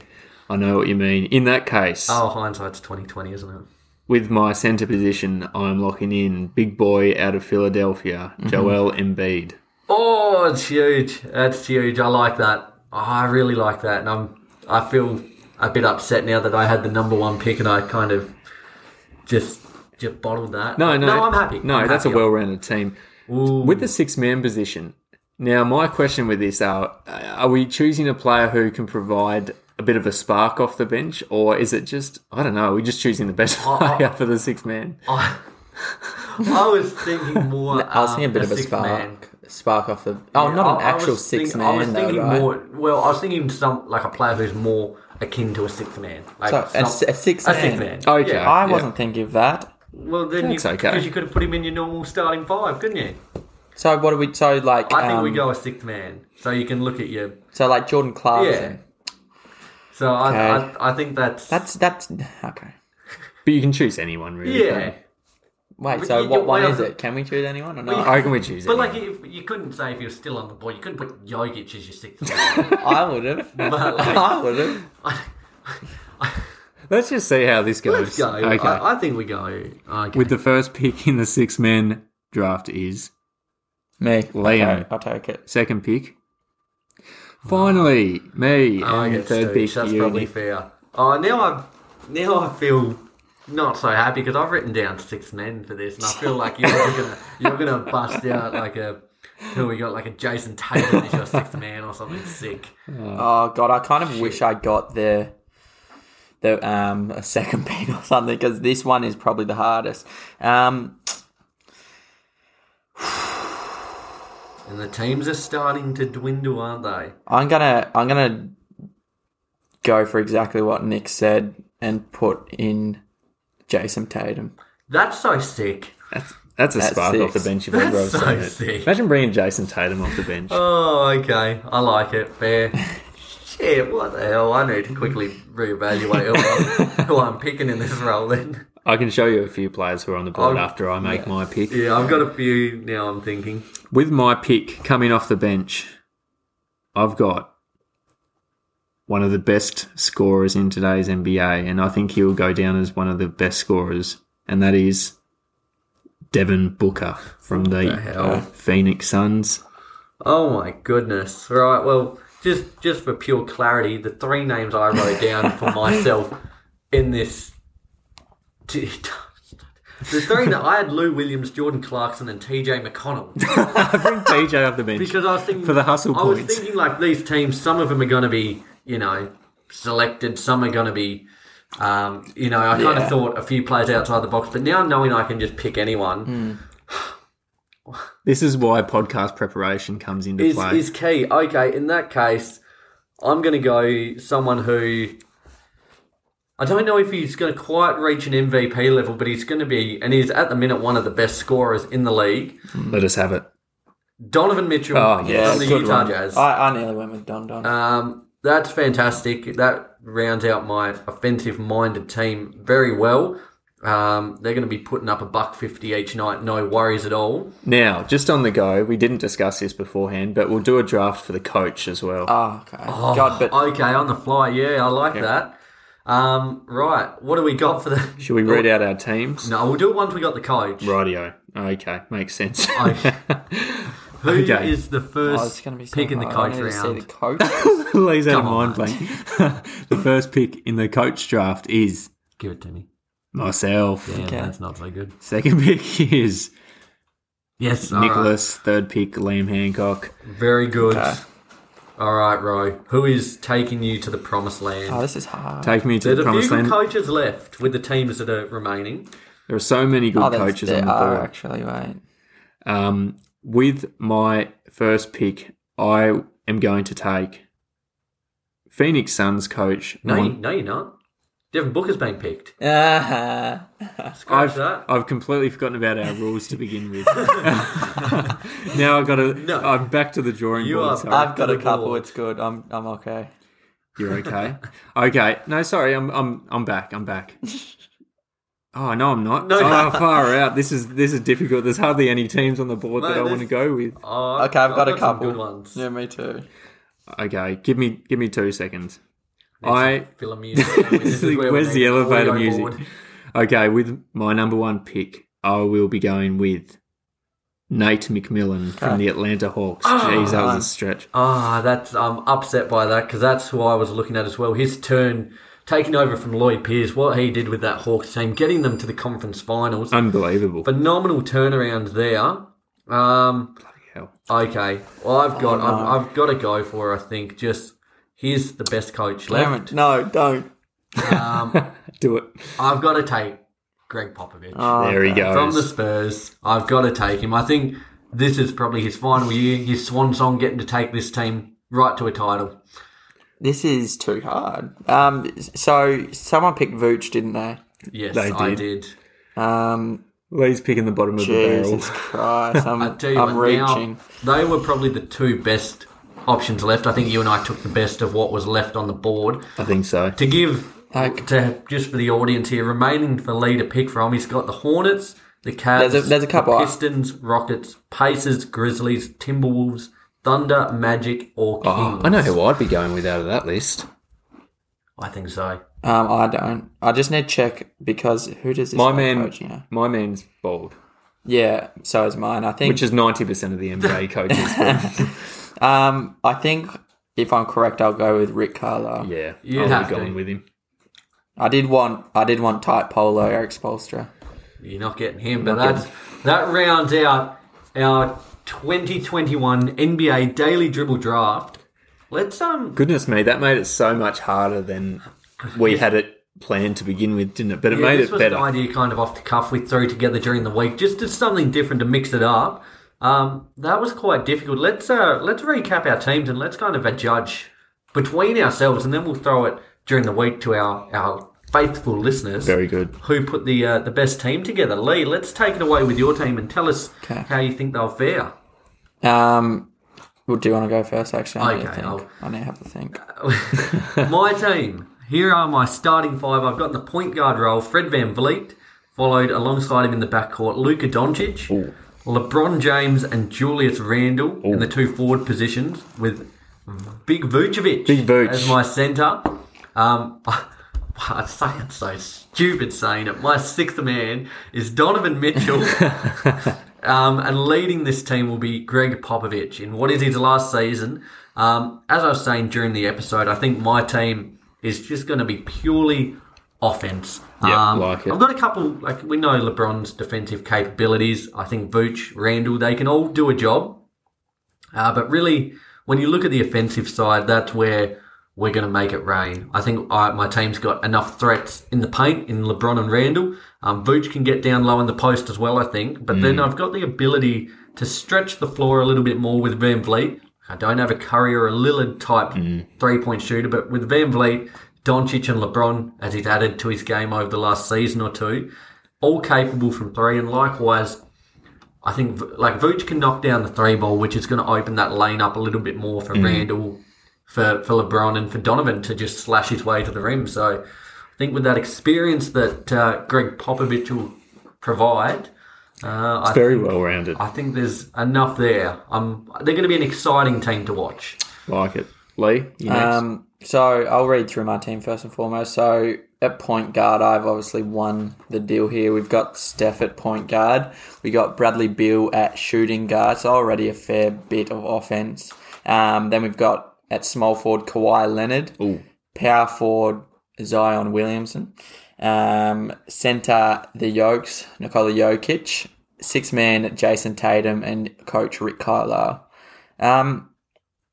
C: I know what you mean. In that case,
B: Oh, hindsight's twenty twenty, isn't it?
C: with my centre position, I'm locking in big boy out of Philadelphia,
B: Mm-hmm.
C: Joel Embiid.
B: Oh, it's huge. That's huge. I like that. Oh, I really like that, and I'm. I feel a bit upset now that I had the number one pick, and I kind of just just bottled that.
C: No, no,
B: no. I'm happy.
C: No,
B: I'm
C: that's
B: happy.
C: a well-rounded team.
B: Ooh.
C: With the six-man position, now my question with this are: Are we choosing a player who can provide a bit of a spark off the bench, or is it just I don't know? We're just choosing the best
B: I-
C: player for the six-man.
B: I, I was thinking more.
D: I was thinking a bit of a
B: Uh, six
D: spark,
B: Man.
D: spark off the. Oh,
B: I-
D: not an
B: I
D: actual
B: was
D: six
B: thinking-
D: man.
B: I was
D: though,
B: thinking
D: right?
B: more. Well, I was thinking some like a player who's more akin to a sixth man. Like
D: So, a
B: some-
D: s- a sixth
B: a sixth
D: man.
B: man.
C: Okay.
B: Yeah.
D: I
C: Yeah.
D: wasn't thinking of that.
B: Well, then
C: That's
B: you,
C: okay.
B: because you could have put him in your normal starting five, couldn't you?
D: So what do we? So like,
B: I think
D: um,
B: we go a sixth man, so you can look at your.
D: So like Jordan Clarkson.
B: Yeah. So I,
D: Okay.
B: I, I think that's
D: That's that's okay.
C: But you can choose anyone, really.
B: yeah.
D: Wait,
B: But
D: so
B: you-
D: what
B: you-
D: one
B: well,
D: is it? Can we choose anyone or
C: can't
D: not?
C: you? I reckon we choose
B: But
C: anyone.
B: like, if, you couldn't say if you're still on the board, you couldn't put Jogic as your sixth man.
D: I would have.
B: but like,
D: I would have.
C: Let's just see how this goes.
B: let's go.
C: Okay.
B: I, I think we go. Okay.
C: With the first pick in the six-man draft is
D: Me,
C: Liam.
D: Okay, I'll take it.
C: second pick. Finally, me
B: Oh, I
C: and the
B: get
C: third pick.
B: Stooge. That's
C: you.
B: probably fair. Oh, now I now I feel not so happy because I've written down six men for this, and I feel like you're gonna you're gonna bust out like a who we got like a Jason Tatum as your sixth man or something sick.
D: Oh god, I kind of wish I got the the um a second beat or something because this one is probably the hardest. Um,
B: And the teams are starting to dwindle, aren't they?
D: I'm gonna I'm gonna go for exactly what Nick said and put in Jason Tatum.
B: That's so sick.
C: That's, that's a
D: That's
C: spark
D: six.
C: off the bench if ever I've
B: That's so
C: seen it.
B: sick.
C: Imagine bringing Jason Tatum off the bench.
B: Oh, okay. I like it. Fair. Shit, what the hell? I need to quickly reevaluate who I'm, who I'm picking in this role then.
C: I can show you a few players who are on the board
B: I'll-
C: after I make my pick.
B: Yeah, I've got a few now I'm thinking.
C: With my pick coming off the bench, I've got one of the best scorers in today's NBA, and I think he'll go down as one of the best scorers, and that is Devin Booker from the uh,
B: hell?
C: Phoenix Suns.
B: Oh my goodness! Right, well, just just for pure clarity, the three names I wrote down for myself in this. The three that I had: Lou Williams, Jordan Clarkson, and T.J. McConnell.
C: Bring TJ off the bench.
B: Because I was thinking
C: For the hustle
B: I was
C: points.
B: thinking like these teams. Some of them are going to be, you know, selected. Some are going to be, um, you know. I kind
D: Yeah.
B: of thought a few players outside the box, but now knowing I can just pick anyone,
C: Hmm, This is why podcast preparation comes into
B: is,
C: play.
B: is key. Okay, in that case, I'm going to go someone who I don't know if he's going to quite reach an MVP level, but he's going to be, and he's at the minute one of the best scorers in the league.
C: Let us have it.
B: Donovan Mitchell
C: Oh, yeah,
B: from the
D: good
B: Utah
D: one.
B: Jazz.
C: Oh,
D: I, I nearly went with Don Don.
B: Um, that's fantastic. That rounds out my offensive-minded team very well. Um, they're going to be putting up a buck fifty each night, no worries at all.
C: Now, just on the go, we didn't discuss this beforehand, but we'll do a draft for the coach as well.
D: oh, okay. God, but
B: Oh, okay, on the fly, yeah, I like that. Um, right, what do we got for the?
C: Should we read out our teams?
B: No, we'll do it once we got the coach.
C: Rightio. Okay, makes sense.
B: Who is
C: Okay.
B: the
D: oh, it's
B: first
D: going to be so
B: pick in the
D: hard.
B: coach
D: I need to see
B: round?
D: the coach.
C: Lee's out of
B: Come on,
C: mind blank. the first pick in the coach draft is
B: Give it to me.
C: myself.
B: Yeah,
D: Okay.
B: that's not so good.
C: Second pick is
B: Yes, all right.
C: Nicholas. Third pick, Liam Hancock.
B: Very good.
D: Okay.
B: All right, Roy. Who is taking you to the promised land?
D: oh, this is hard.
C: Take me to
B: There's
C: the
B: a few
C: promised
B: good
C: land.
B: coaches left with the teams that are remaining.
C: there are so many good
D: oh, there's-
C: coaches
D: there
C: on the
D: are
C: board.
D: actually. Wait.
C: Um, with my first pick, I am going to take Phoenix Suns coach.
B: No, you,
C: Mon-
B: no, you're not. Devin Booker's been picked.
D: Uh-huh.
B: Scratch
C: I've,
B: that.
C: I've completely forgotten about our rules to begin with. now I've got to.
B: No.
C: I'm back to the drawing
B: You
C: board.
B: are
C: sorry.
D: I've got a
B: Good
D: couple.
B: lord.
D: It's good. I'm I'm okay.
C: You're okay. okay. No, sorry. I'm I'm I'm back. I'm back. Oh no, I'm not.
B: No.
C: Oh, far out. This is this is difficult. There's hardly any teams on the board
B: No,
C: that I
B: there's-
C: want to go with.
B: Oh,
D: Okay, I've got a
B: some
D: couple.
B: good ones.
D: Yeah, me too.
C: Okay, give me give me two seconds. I
B: Fill 'em music. This is where we
C: where's
B: need
C: the elevator
B: audio
C: music?
B: board.
C: Okay, with my number one pick, I will be going with Nate McMillan from the Atlanta Hawks. Jeez, that was a stretch.
B: Ah, that's I'm upset by that because that's who I was looking at as well. His turn taking over from Lloyd Pierce, what he did with that Hawks team, getting them to the conference finals.
C: Uh, Unbelievable.
B: Phenomenal turnaround there. Um,
C: Hell.
B: okay, well I've
D: Oh,
B: got I've, I've got to go for. I think just he's the best coach
D: Damn
B: left.
D: it. No, don't.
B: Um,
C: Do it.
B: I've got to take Greg Popovich.
C: there he goes.
B: From the Spurs, I've got to take him. I think this is probably his final year, his swan song, getting to take this team right to a title.
D: This is too hard. Um, so someone picked Vooch, didn't they?
B: Yes,
C: They
B: I
C: did.
B: did.
D: Um,
C: Lee's picking the bottom of the
D: Jesus
C: barrel.
D: Christ, I'm,
B: I tell you
D: I'm
B: what,
D: reaching.
B: now they were probably the two best options left. I think you and I took the best of what was left on the board.
C: I think so.
B: To give
D: Okay.
B: to just for the audience here, remaining for Lee to pick from, he's got the Hornets, the Cavs,
D: There's a- there's a couple.
B: the Pistons, Rockets, Pacers, Grizzlies, Timberwolves, Thunder, Magic, or Kings.
C: Oh, I know who I'd be going with out of that list.
B: I think so.
D: Um, I don't. I just need to check because who does this
C: My
D: guy
C: man,
D: coach, you know?
C: my man's bald,
D: Yeah, so is mine. I think.
C: which is ninety percent of the NBA coaches. but-
D: um, I think if I'm correct, I'll go with Rick Carlisle.
C: yeah,
B: You'd
C: I'll
B: have
C: be going
B: to.
C: with him.
D: I did want. I did want tight polo Eric Spolstra.
B: You're not getting him, but that's that rounds out our 2021 NBA Daily Dribble Draft. Let's um
C: Goodness me, that made it so much harder than we had it planned to begin with, didn't it? But it
B: Yeah,
C: made
B: this
C: it
B: was
C: better.
B: an idea kind of off the cuff we threw together during the week, just as something different to mix it up. Um, that was quite difficult. Let's uh, let's recap our teams and let's kind of judge between ourselves, and then we'll throw it during the week to our our faithful listeners.
C: Very good.
B: Who put the uh, the best team together? Lee, let's take it away with your team and tell us
D: Okay.
B: how you think they'll fare.
D: Um, well, do you want to go first? Actually, I need
B: Okay,
D: to think.
B: I'll-
D: I need to have to think.
B: my team. Here are my starting five. I've got the point guard role, Fred Van Vliet, followed alongside him in the backcourt, Luka Doncic, LeBron James, and Julius Randle in the two forward positions with Big Vucevic
C: Big Vooch.
B: as my centre. Um, I say it's so stupid saying it. My sixth man is Donovan Mitchell. Um, and leading this team will be Greg Popovich in what is his last season. Um, as I was saying during the episode, I think my team is just going to be purely offense.
C: Yeah,
B: um,
C: like it.
B: I've got a couple. Like we know LeBron's defensive capabilities. I think Vooch, Randall, they can all do a job. Uh, but really, when you look at the offensive side, that's where we're going to make it rain. I think I, my team's got enough threats in the paint in LeBron and Randall. Um, Vooch can get down low in the post as well, I think. But then I've got the ability to stretch the floor a little bit more with Van Vliet. I don't have a Curry or a Lillard type three point shooter, but with Van Vliet, Doncic and LeBron, as he's added to his game over the last season or two, all capable from three. And likewise, I think like Vooch can knock down the three ball, which is going to open that lane up a little bit more
D: Mm.
B: for Randall, for for LeBron, and for Donovan to just slash his way to the rim. So I think with that experience that uh, Greg Popovich will provide, uh, I
C: Very well rounded.
B: I think there's enough there. Um, they're going to be an exciting team to watch.
C: Like it. Lee, you next.
D: Um, so I'll read through my team first and foremost. So at point guard, I've obviously won the deal here. We've got Steph at point guard. We got Bradley Beal at shooting guard. So already a fair bit of offense. Um, then we've got at small forward Kawhi Leonard.
C: Ooh.
D: Power forward Zion Williamson. Um, center the Yokes Nikola Jokic. Six man Jason Tatum and coach Rick Carlisle. Um,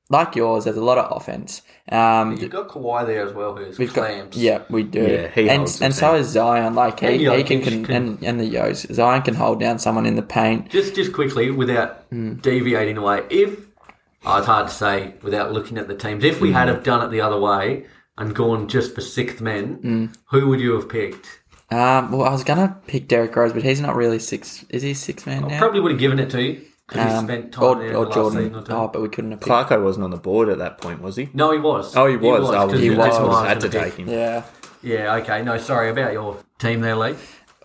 D: like yours, there's a lot of offense. Um,
B: You've got Kawhi there as well, who's
D: We've got-
B: clams.
D: yeah, we do.
C: Yeah, he
D: and
C: holds the
D: and so is Zion. Like he,
B: And
D: he can,
B: Jokic
D: can,
B: can-
D: and, and the Yos. Zion can hold down someone in the paint.
B: Just just quickly, without deviating away, if oh, it's hard to say without looking at the teams, if we had have done it the other way and gone just for sixth men, who would you have picked?
D: Um, well, I was gonna pick Derrick Rose, but he's not really six. Is he six man now?
B: Probably would have given it to you because he
D: Um,
B: spent time
D: or,
B: there in
D: or
B: the last
D: Jordan.
B: season or two.
D: Oh, but we couldn't have picked.
C: Clarko wasn't on the board at that point, was he?
B: No, he was.
C: Oh, he was. I
B: 'cause
C: was,
D: he
B: that's
C: I
D: was.
B: who I
C: was
B: was
C: had to
B: gonna pick.
C: take him.
D: Yeah,
B: Yeah, okay. No, sorry about your team there, Lee.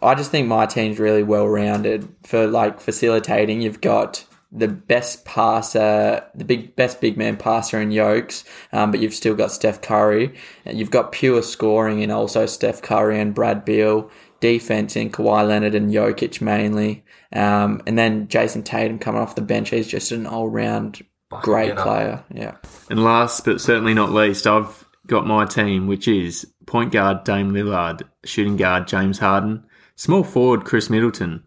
D: I just think my team's really well rounded for like facilitating. You've got the best passer, the big best big man passer in Yokes, um, but you've still got Steph Curry. You've got pure scoring in also Steph Curry and Brad Beal. Defense in Kawhi Leonard and Jokic mainly, um, and then Jason Tatum coming off the bench. He's just an all round great
B: getter.
D: player. Yeah,
C: And last but certainly not least, I've got my team, which is point guard Dame Lillard, shooting guard James Harden, small forward Chris Middleton,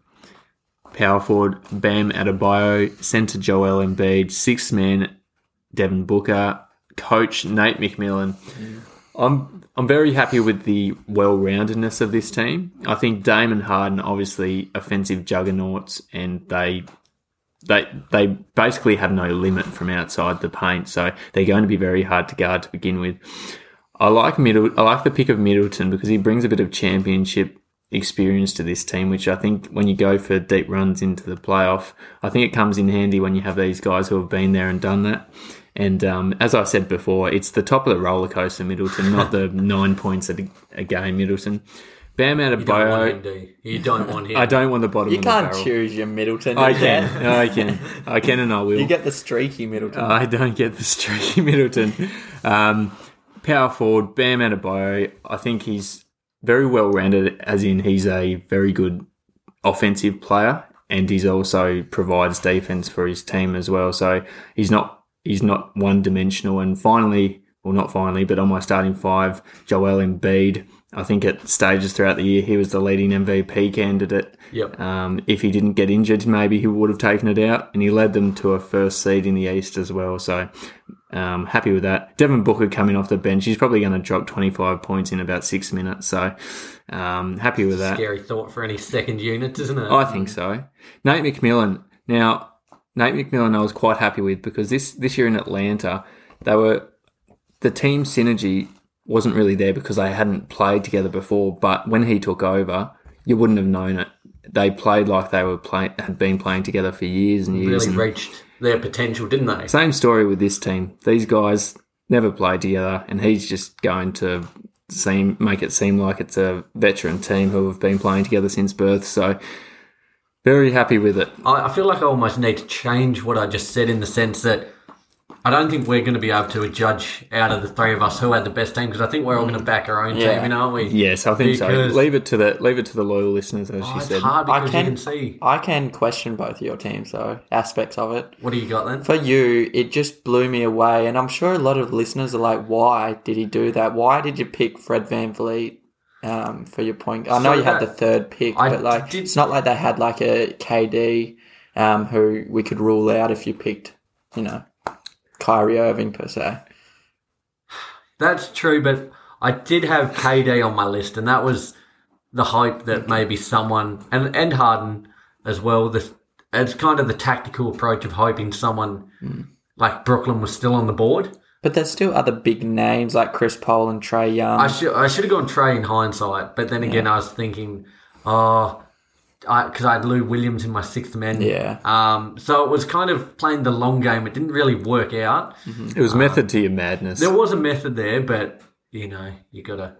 C: power forward Bam Adebayo, centre Joel Embiid, sixth man Devin Booker, coach Nate McMillan. I'm I'm very happy with the well-roundedness of this team. I think Dame and Harden obviously offensive juggernauts, and they they they basically have no limit from outside the paint, so they're going to be very hard to guard to begin with. I like middle. I like the pick of Middleton because he brings a bit of championship experience to this team, which I think when you go for deep runs into the playoff, I think it comes in handy when you have these guys who have been there and done that. And um, as I said before, it's the top of the roller coaster Middleton, not the nine points a, a game Middleton. Bam out of
B: You don't want
C: bio.
B: him, do you? You don't want him.
C: I don't want the bottom.
D: you
C: of the
D: can't
C: barrel.
D: choose your Middleton.
C: I can. Uh, I can. I can, and I will.
D: You get the streaky Middleton.
C: I don't get the streaky Middleton. Um, power forward, Bam Adebayo. I think he's very well rounded, as in he's a very good offensive player, and he's also provides defense for his team as well. So he's not he's not one dimensional. And finally, well, not finally, but on my starting five, Joel Embiid. I think at stages throughout the year, he was the leading MVP candidate.
B: Yep.
C: Um, if he didn't get injured, maybe he would have taken it out, and he led them to a first seed in the East as well. So um, happy with that. Devin Booker coming off the bench, he's probably going to drop 25 points in about six minutes. So um, happy with that.
B: Scary thought for any second unit, isn't it?
C: I think so. Nate McMillan. Now, Nate McMillan, I was quite happy with because this this year in Atlanta, they were the team synergy wasn't really there because they hadn't played together before. But when he took over, you wouldn't have known it. They played like they were play, had been playing together for years and years.
B: really
C: and
B: reached their potential, didn't they?
C: same story with this team. These guys never played together, and he's just going to seem make it seem like it's a veteran team who have been playing together since birth. So very happy with it.
B: I, I feel like I almost need to change what I just said in the sense that I don't think we're going to be able to judge out of the three of us who had the best team because I think we're all going to back our own
D: Yeah.
B: team, in, aren't we?
C: Yes, I think
B: Because-
C: so. Leave it to the leave it to the loyal listeners, as
B: Oh,
C: she
B: it's
C: said.
B: hard
D: I
B: because
D: can-
B: you can see.
D: I can question both of your teams though, aspects of it.
B: What do you got then?
D: For you, it just blew me away, and I'm sure a lot of listeners are like, "Why did he do that? Why did you pick Fred Van Vliet um, for your point?" I know
B: So
D: you
B: that-
D: had the third pick,
B: I
D: but like,
B: did-
D: it's not like they had like a KD um, who we could rule out if you picked, you know, Kyrie Irving per se.
B: That's true, but I did have KD on my list, and that was the hope that maybe someone and and Harden as well. The it's kind of the tactical approach of hoping someone like Brooklyn was still on the board.
D: But there's still other big names like Chris Paul and Trey Young.
B: I should I should have gone Trey in hindsight, but then again, I was thinking, oh, because I, had Lou Williams in my sixth man.
D: Yeah.
B: Um. So it was kind of playing the long game. It didn't really work out.
C: It was method to your madness.
B: There was a method there, but you know, you gotta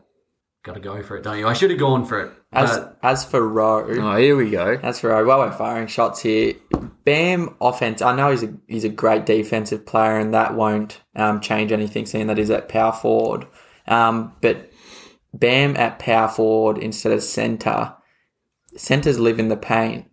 B: gotta go for it, don't you? I should have gone for it.
D: as,
B: but
D: as for Rowe,
C: oh, here we go.
D: That's right. While we're firing shots here, Bam offense. I know he's a he's a great defensive player, and that won't um, change anything, seeing that he's at power forward. Um, but Bam at power forward instead of center. Centers live in the paint.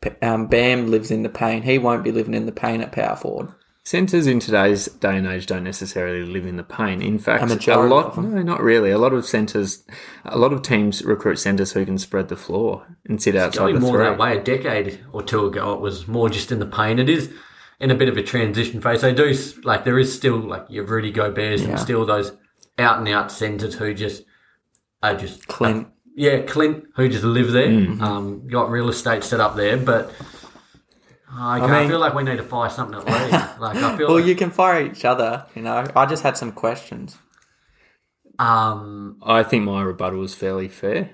D: P- Um, Bam lives in the paint. He won't be living in the paint at power forward.
C: Centers in today's day and age don't necessarily live in the pain. In fact,
D: A
C: a,
D: majority
C: lot
D: of them.
C: no, not really. A lot of centers, a lot of teams recruit centers who can spread the floor and sit outside
B: probably
C: the
B: more
C: three.
B: that way. A decade or two ago, it was more just in the pain. It is in a bit of a transition phase. They do s- like there is still like your Rudy Gobert's and still those out and out centers who just are just
D: Clint.
B: yeah, Clint, who just live there,
D: Hmm.
B: um, got real estate set up there, but I, can't- I
C: mean-
B: feel like we need to fire something at Lee. like I feel
D: Well,
B: like,
D: you can fire each other. You know, I just had some questions.
B: um,
C: I think my rebuttal was fairly fair.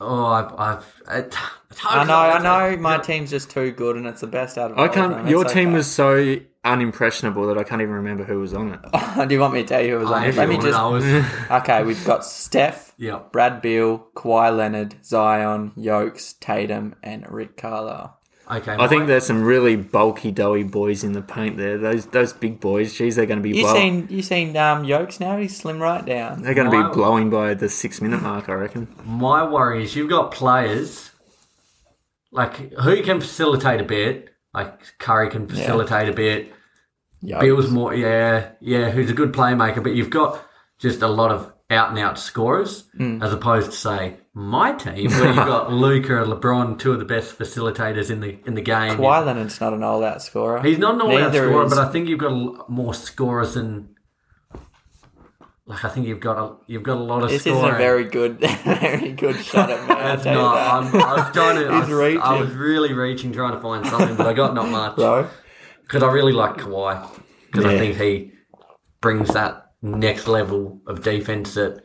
B: oh, I've, I've it, it's hard
D: I
B: to-
D: know, I know, my team's just too good, and it's the best out of.
C: I
D: all of
C: can't.
D: them.
C: your
D: It's
C: team
D: okay.
C: was so unimpressionable that I can't even remember who was on it.
D: Do you want me to tell you who was on
B: I
D: it? Let me
B: actually
D: just.
B: wanna know is-
D: Okay, we've got Steph,
B: Yeah.
D: Brad Beal, Kawhi Leonard, Zion, Yokes, Tatum, and Rick Carlisle.
B: okay,
C: I think there's some really bulky, doughy boys in the paint there. Those those big boys, geez, they're going to be
D: You
C: blow-
D: seen you seen um, Yokes now? He's slim right down.
C: they're going to
B: Wow.
C: be blowing by the six minute mark. I reckon.
B: my worry is you've got players like who can facilitate a bit, like Curry can facilitate a bit.
D: Yokes.
B: Bill's more, yeah, yeah, who's a good playmaker, but you've got just a lot of out and out scorers
D: Mm.
B: as opposed to say my team, where you've got Luca and LeBron, two of the best facilitators in the in the game.
D: Kawhi Leonard's not an all-out scorer.
B: He's not an all-out
D: Neither
B: scorer,
D: is-
B: but I think you've got a l- more scorers than. Like I think you've got a you've got a lot of
D: This
B: scoring.
D: isn't a very good, very good shot at me. I'll
B: That's
D: tell you
B: not.
D: that.
B: I'm, I was trying to. I
D: He's
B: was, I
D: reaching.
B: was really reaching, trying to find something, but I got not much.
D: So,
B: because I really like Kawhi because I
C: Yeah.
B: think he brings that next level of defense that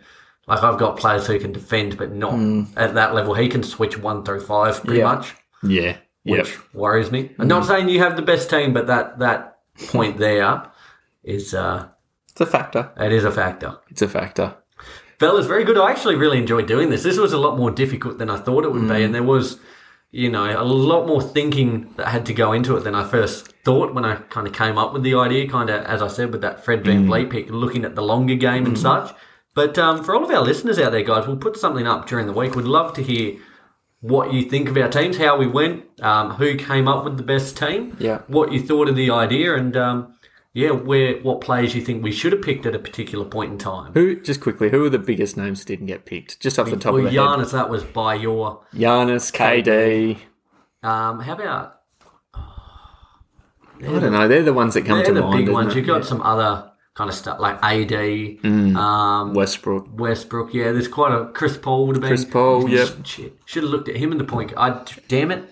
B: like I've got players who can defend but not at that level. He can switch one through five pretty
D: Hmm. Yeah. Hmm.
B: much,
C: Yeah. Yep.
B: which worries me. I'm not saying you have the best team, but that that point there is uh
D: it's a factor.
B: it is a factor.
C: It's a factor.
B: Bella's very good. I actually really enjoyed doing this. This was a lot more difficult than I thought it would be, and there was, you know, a lot more thinking that had to go into it than I first thought when I kind of came up with the idea. Kind of, as I said, with that Fred Van Vliet pick, looking at the longer game and such. But um, for all of our listeners out there, guys, we'll put something up during the week. We'd love to hear what you think of our teams, how we went, um, who came up with the best team,
D: Yeah.
B: what you thought of the idea, and um, yeah, where what players you think we should have picked at a particular point in time.
C: Who just quickly? Who were the biggest names that didn't get picked? Just off the top
B: Well,
C: of the head,
B: Giannis, that was by your.
C: Giannis, KD.
B: Um, how about
C: I don't know. They're the ones that come
B: they're
C: to
B: the
C: mind.
B: big
C: isn't
B: ones?
C: it? Mm.
B: You've got some other kind of stuff like AD, um,
C: Westbrook.
B: Westbrook. Yeah, there's quite a Chris Paul would have been.
C: Chris Paul, yep.
B: Shit, should have looked at him in the point. I damn it.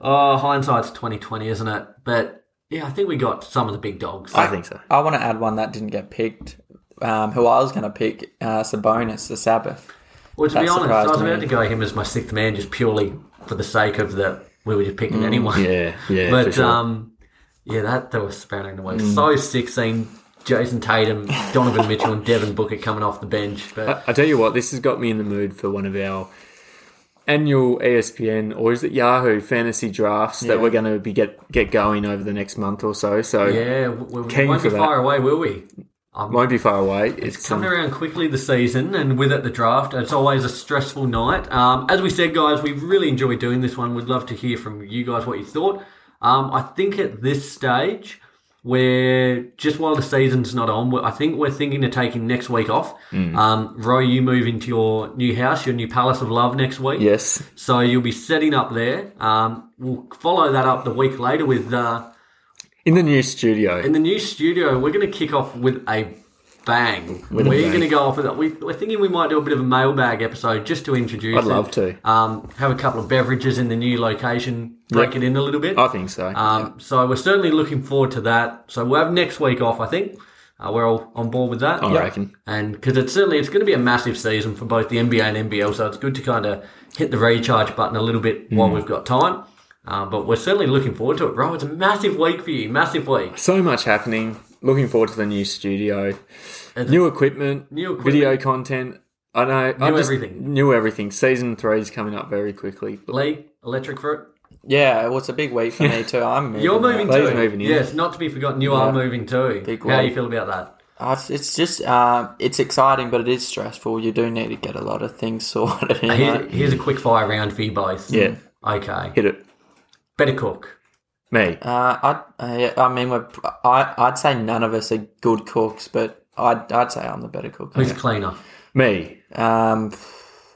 B: oh, hindsight's twenty twenty, isn't it? But yeah, I think we got some of the big dogs.
C: I think so.
D: I want to add one that didn't get picked. Um, who I was going to pick, uh, Sabonis, the Sabbath.
B: well, to
D: that
B: be honest, I
D: surprised
B: was about
D: me.
B: to go him as my sixth man just purely for the sake of the we were just picking
C: Mm.
B: anyone.
C: Yeah, yeah. for
B: But
C: sure.
B: um, yeah, that that was spanning the way. So sixteen, Jason Tatum, Donovan Mitchell, and Devin Booker coming off the bench. But
C: I tell you what, this has got me in the mood for one of our annual E ESPN or is it Yahoo fantasy drafts that
D: Yeah.
C: we're going to be get get going over the next month or so. So
B: yeah, we, we
C: Keen
B: won't be
C: for that.
B: far away, will we?
C: won't be far away. It's,
B: Coming
C: um,
B: around quickly the season, and with it the draft, it's always a stressful night. Um, as we said, guys, we really enjoy doing this one. We'd love to hear from you guys what you thought. Um, I think at this stage, we're just while the season's not on, we- I think we're thinking of taking next week off. Um, Ro, you move into your new house, your new palace of love next week.
C: yes,
B: So you'll be setting up there. Um, we'll follow that up the week later with uh,
C: in the new studio.
B: in the new studio. We're going to kick off with a bang.
C: a
B: we're
C: bang.
B: going to go off with that. We, we're thinking we might do a bit of a mailbag episode just to introduce.
C: I'd
B: it.
C: love to.
B: Um, have a couple of beverages in the new location. Break
C: Yep.
B: it in a little bit.
C: I think so.
B: Um, So we're certainly looking forward to that. So we'll have next week off, I think. Uh, we're all on board with that.
C: I reckon.
B: And because it's certainly it's going to be a massive season for both the NBA and NBL, so it's good to kind of hit the recharge button a little bit while
C: Mm.
B: we've got time. Um, but we're certainly looking forward to it, bro. It's a massive week for you, massive week.
C: So much happening. Looking forward to the new studio, new equipment,
B: New equipment.
C: video content. I know. I
B: New
C: just
B: everything.
C: New everything. Season three is coming up very quickly.
B: Lee, electric for it.
D: Yeah, well, it's a big week for me too. I'm moving.
B: You're moving
C: Lee's
B: too.
C: moving in.
B: yes, not to be forgotten. You are moving too.
D: Big
B: How
D: one.
B: you feel about that?
D: Uh, it's, it's just uh, it's exciting, but it is stressful. You do need to get a lot of things sorted. You know?
B: Here's, here's a quick fire round for you both.
C: Uh, Yeah.
B: Okay.
C: Hit it,
B: Better cook.
C: me.
D: uh, I, I I mean, we're, I I'd say none of us are good cooks, but I'd I'd say I'm the better cook.
B: Who's cleaner?
C: Me.
D: Um,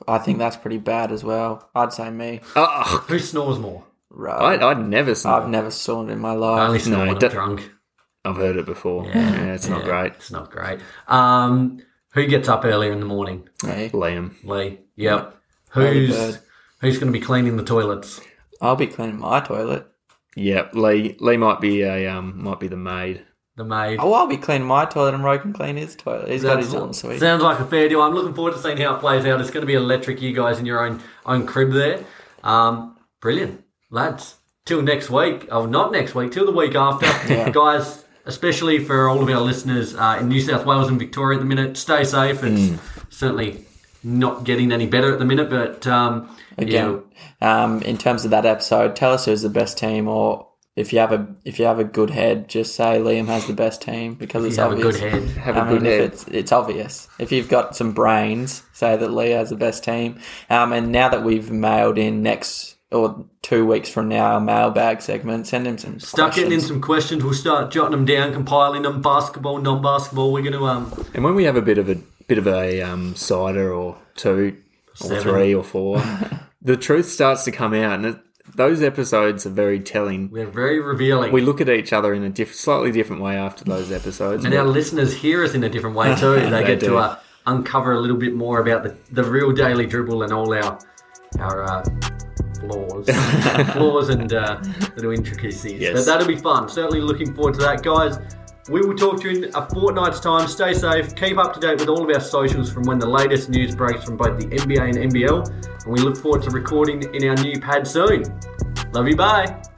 D: I think that's pretty bad as well. I'd say me.
C: Oh,
B: Who snores more?
D: Right.
C: I, I'd never.
D: I've
C: Snore.
D: never sworn in my
B: I
D: life.
B: only snore
C: No,
B: when I'm
C: that-
B: drunk.
C: I've heard it before. Yeah, it's not
B: Yeah,
C: great.
B: It's not great. Um, who gets up earlier in the morning?
D: Me.
C: Liam.
B: Lee. Yep.
D: Early
B: Who's
D: bird.
B: who's going to be cleaning the toilets?
D: I'll be cleaning my toilet.
C: Yeah, Lee. Lee might be a um might be the maid.
B: The maid.
D: Oh, I'll be cleaning my toilet and Roy can clean his toilet. He's got his own suite.
B: Sounds like a fair deal. I'm looking forward to seeing how it plays out. It's going to be electric, you guys in your own own crib there. Um, brilliant, lads. Till next week. Oh, not next week. Till the week after, guys. Especially for all of our listeners uh, in New South Wales and Victoria at the minute. Stay safe. It's
D: Mm.
B: certainly not getting any better at the minute, but um,
D: Again,
B: yeah,
D: um, in terms of that episode, tell us who's the best team, or if you have a if you have a good head, just say Liam has the best team because it's
B: you have a
D: obvious.
B: good head.
C: Have a
D: I mean,
C: good
D: Um, if
C: head.
D: it's it's obvious. If you've got some brains, say that Lee has the best team. Um, and now that we've mailed in next or two weeks from now our mailbag segment, send him some
B: Start getting in
D: questions.
B: some questions. We'll start jotting them down, compiling them. Basketball, non-basketball. We're going to um,
C: And when we have a bit of a bit of a um, cider or two or
B: Seven.
C: three or four, the truth starts to come out, and it, those episodes are very telling.
B: we're very revealing.
C: We look at each other in a diff- slightly different way after those episodes.
B: And our listeners hear us in a different way too. They,
C: They
B: get to
C: do.
B: uh, uncover a little bit more about the, the real daily dribble and all our our uh, flaws, flaws and uh, little intricacies.
C: Yes.
B: But that'll be fun. Certainly looking forward to that, guys. We will talk to you in a fortnight's time. Stay safe. Keep up to date with all of our socials from when the latest news breaks from both the NBA and NBL. And we look forward to recording in our new pad soon. Love you. Bye.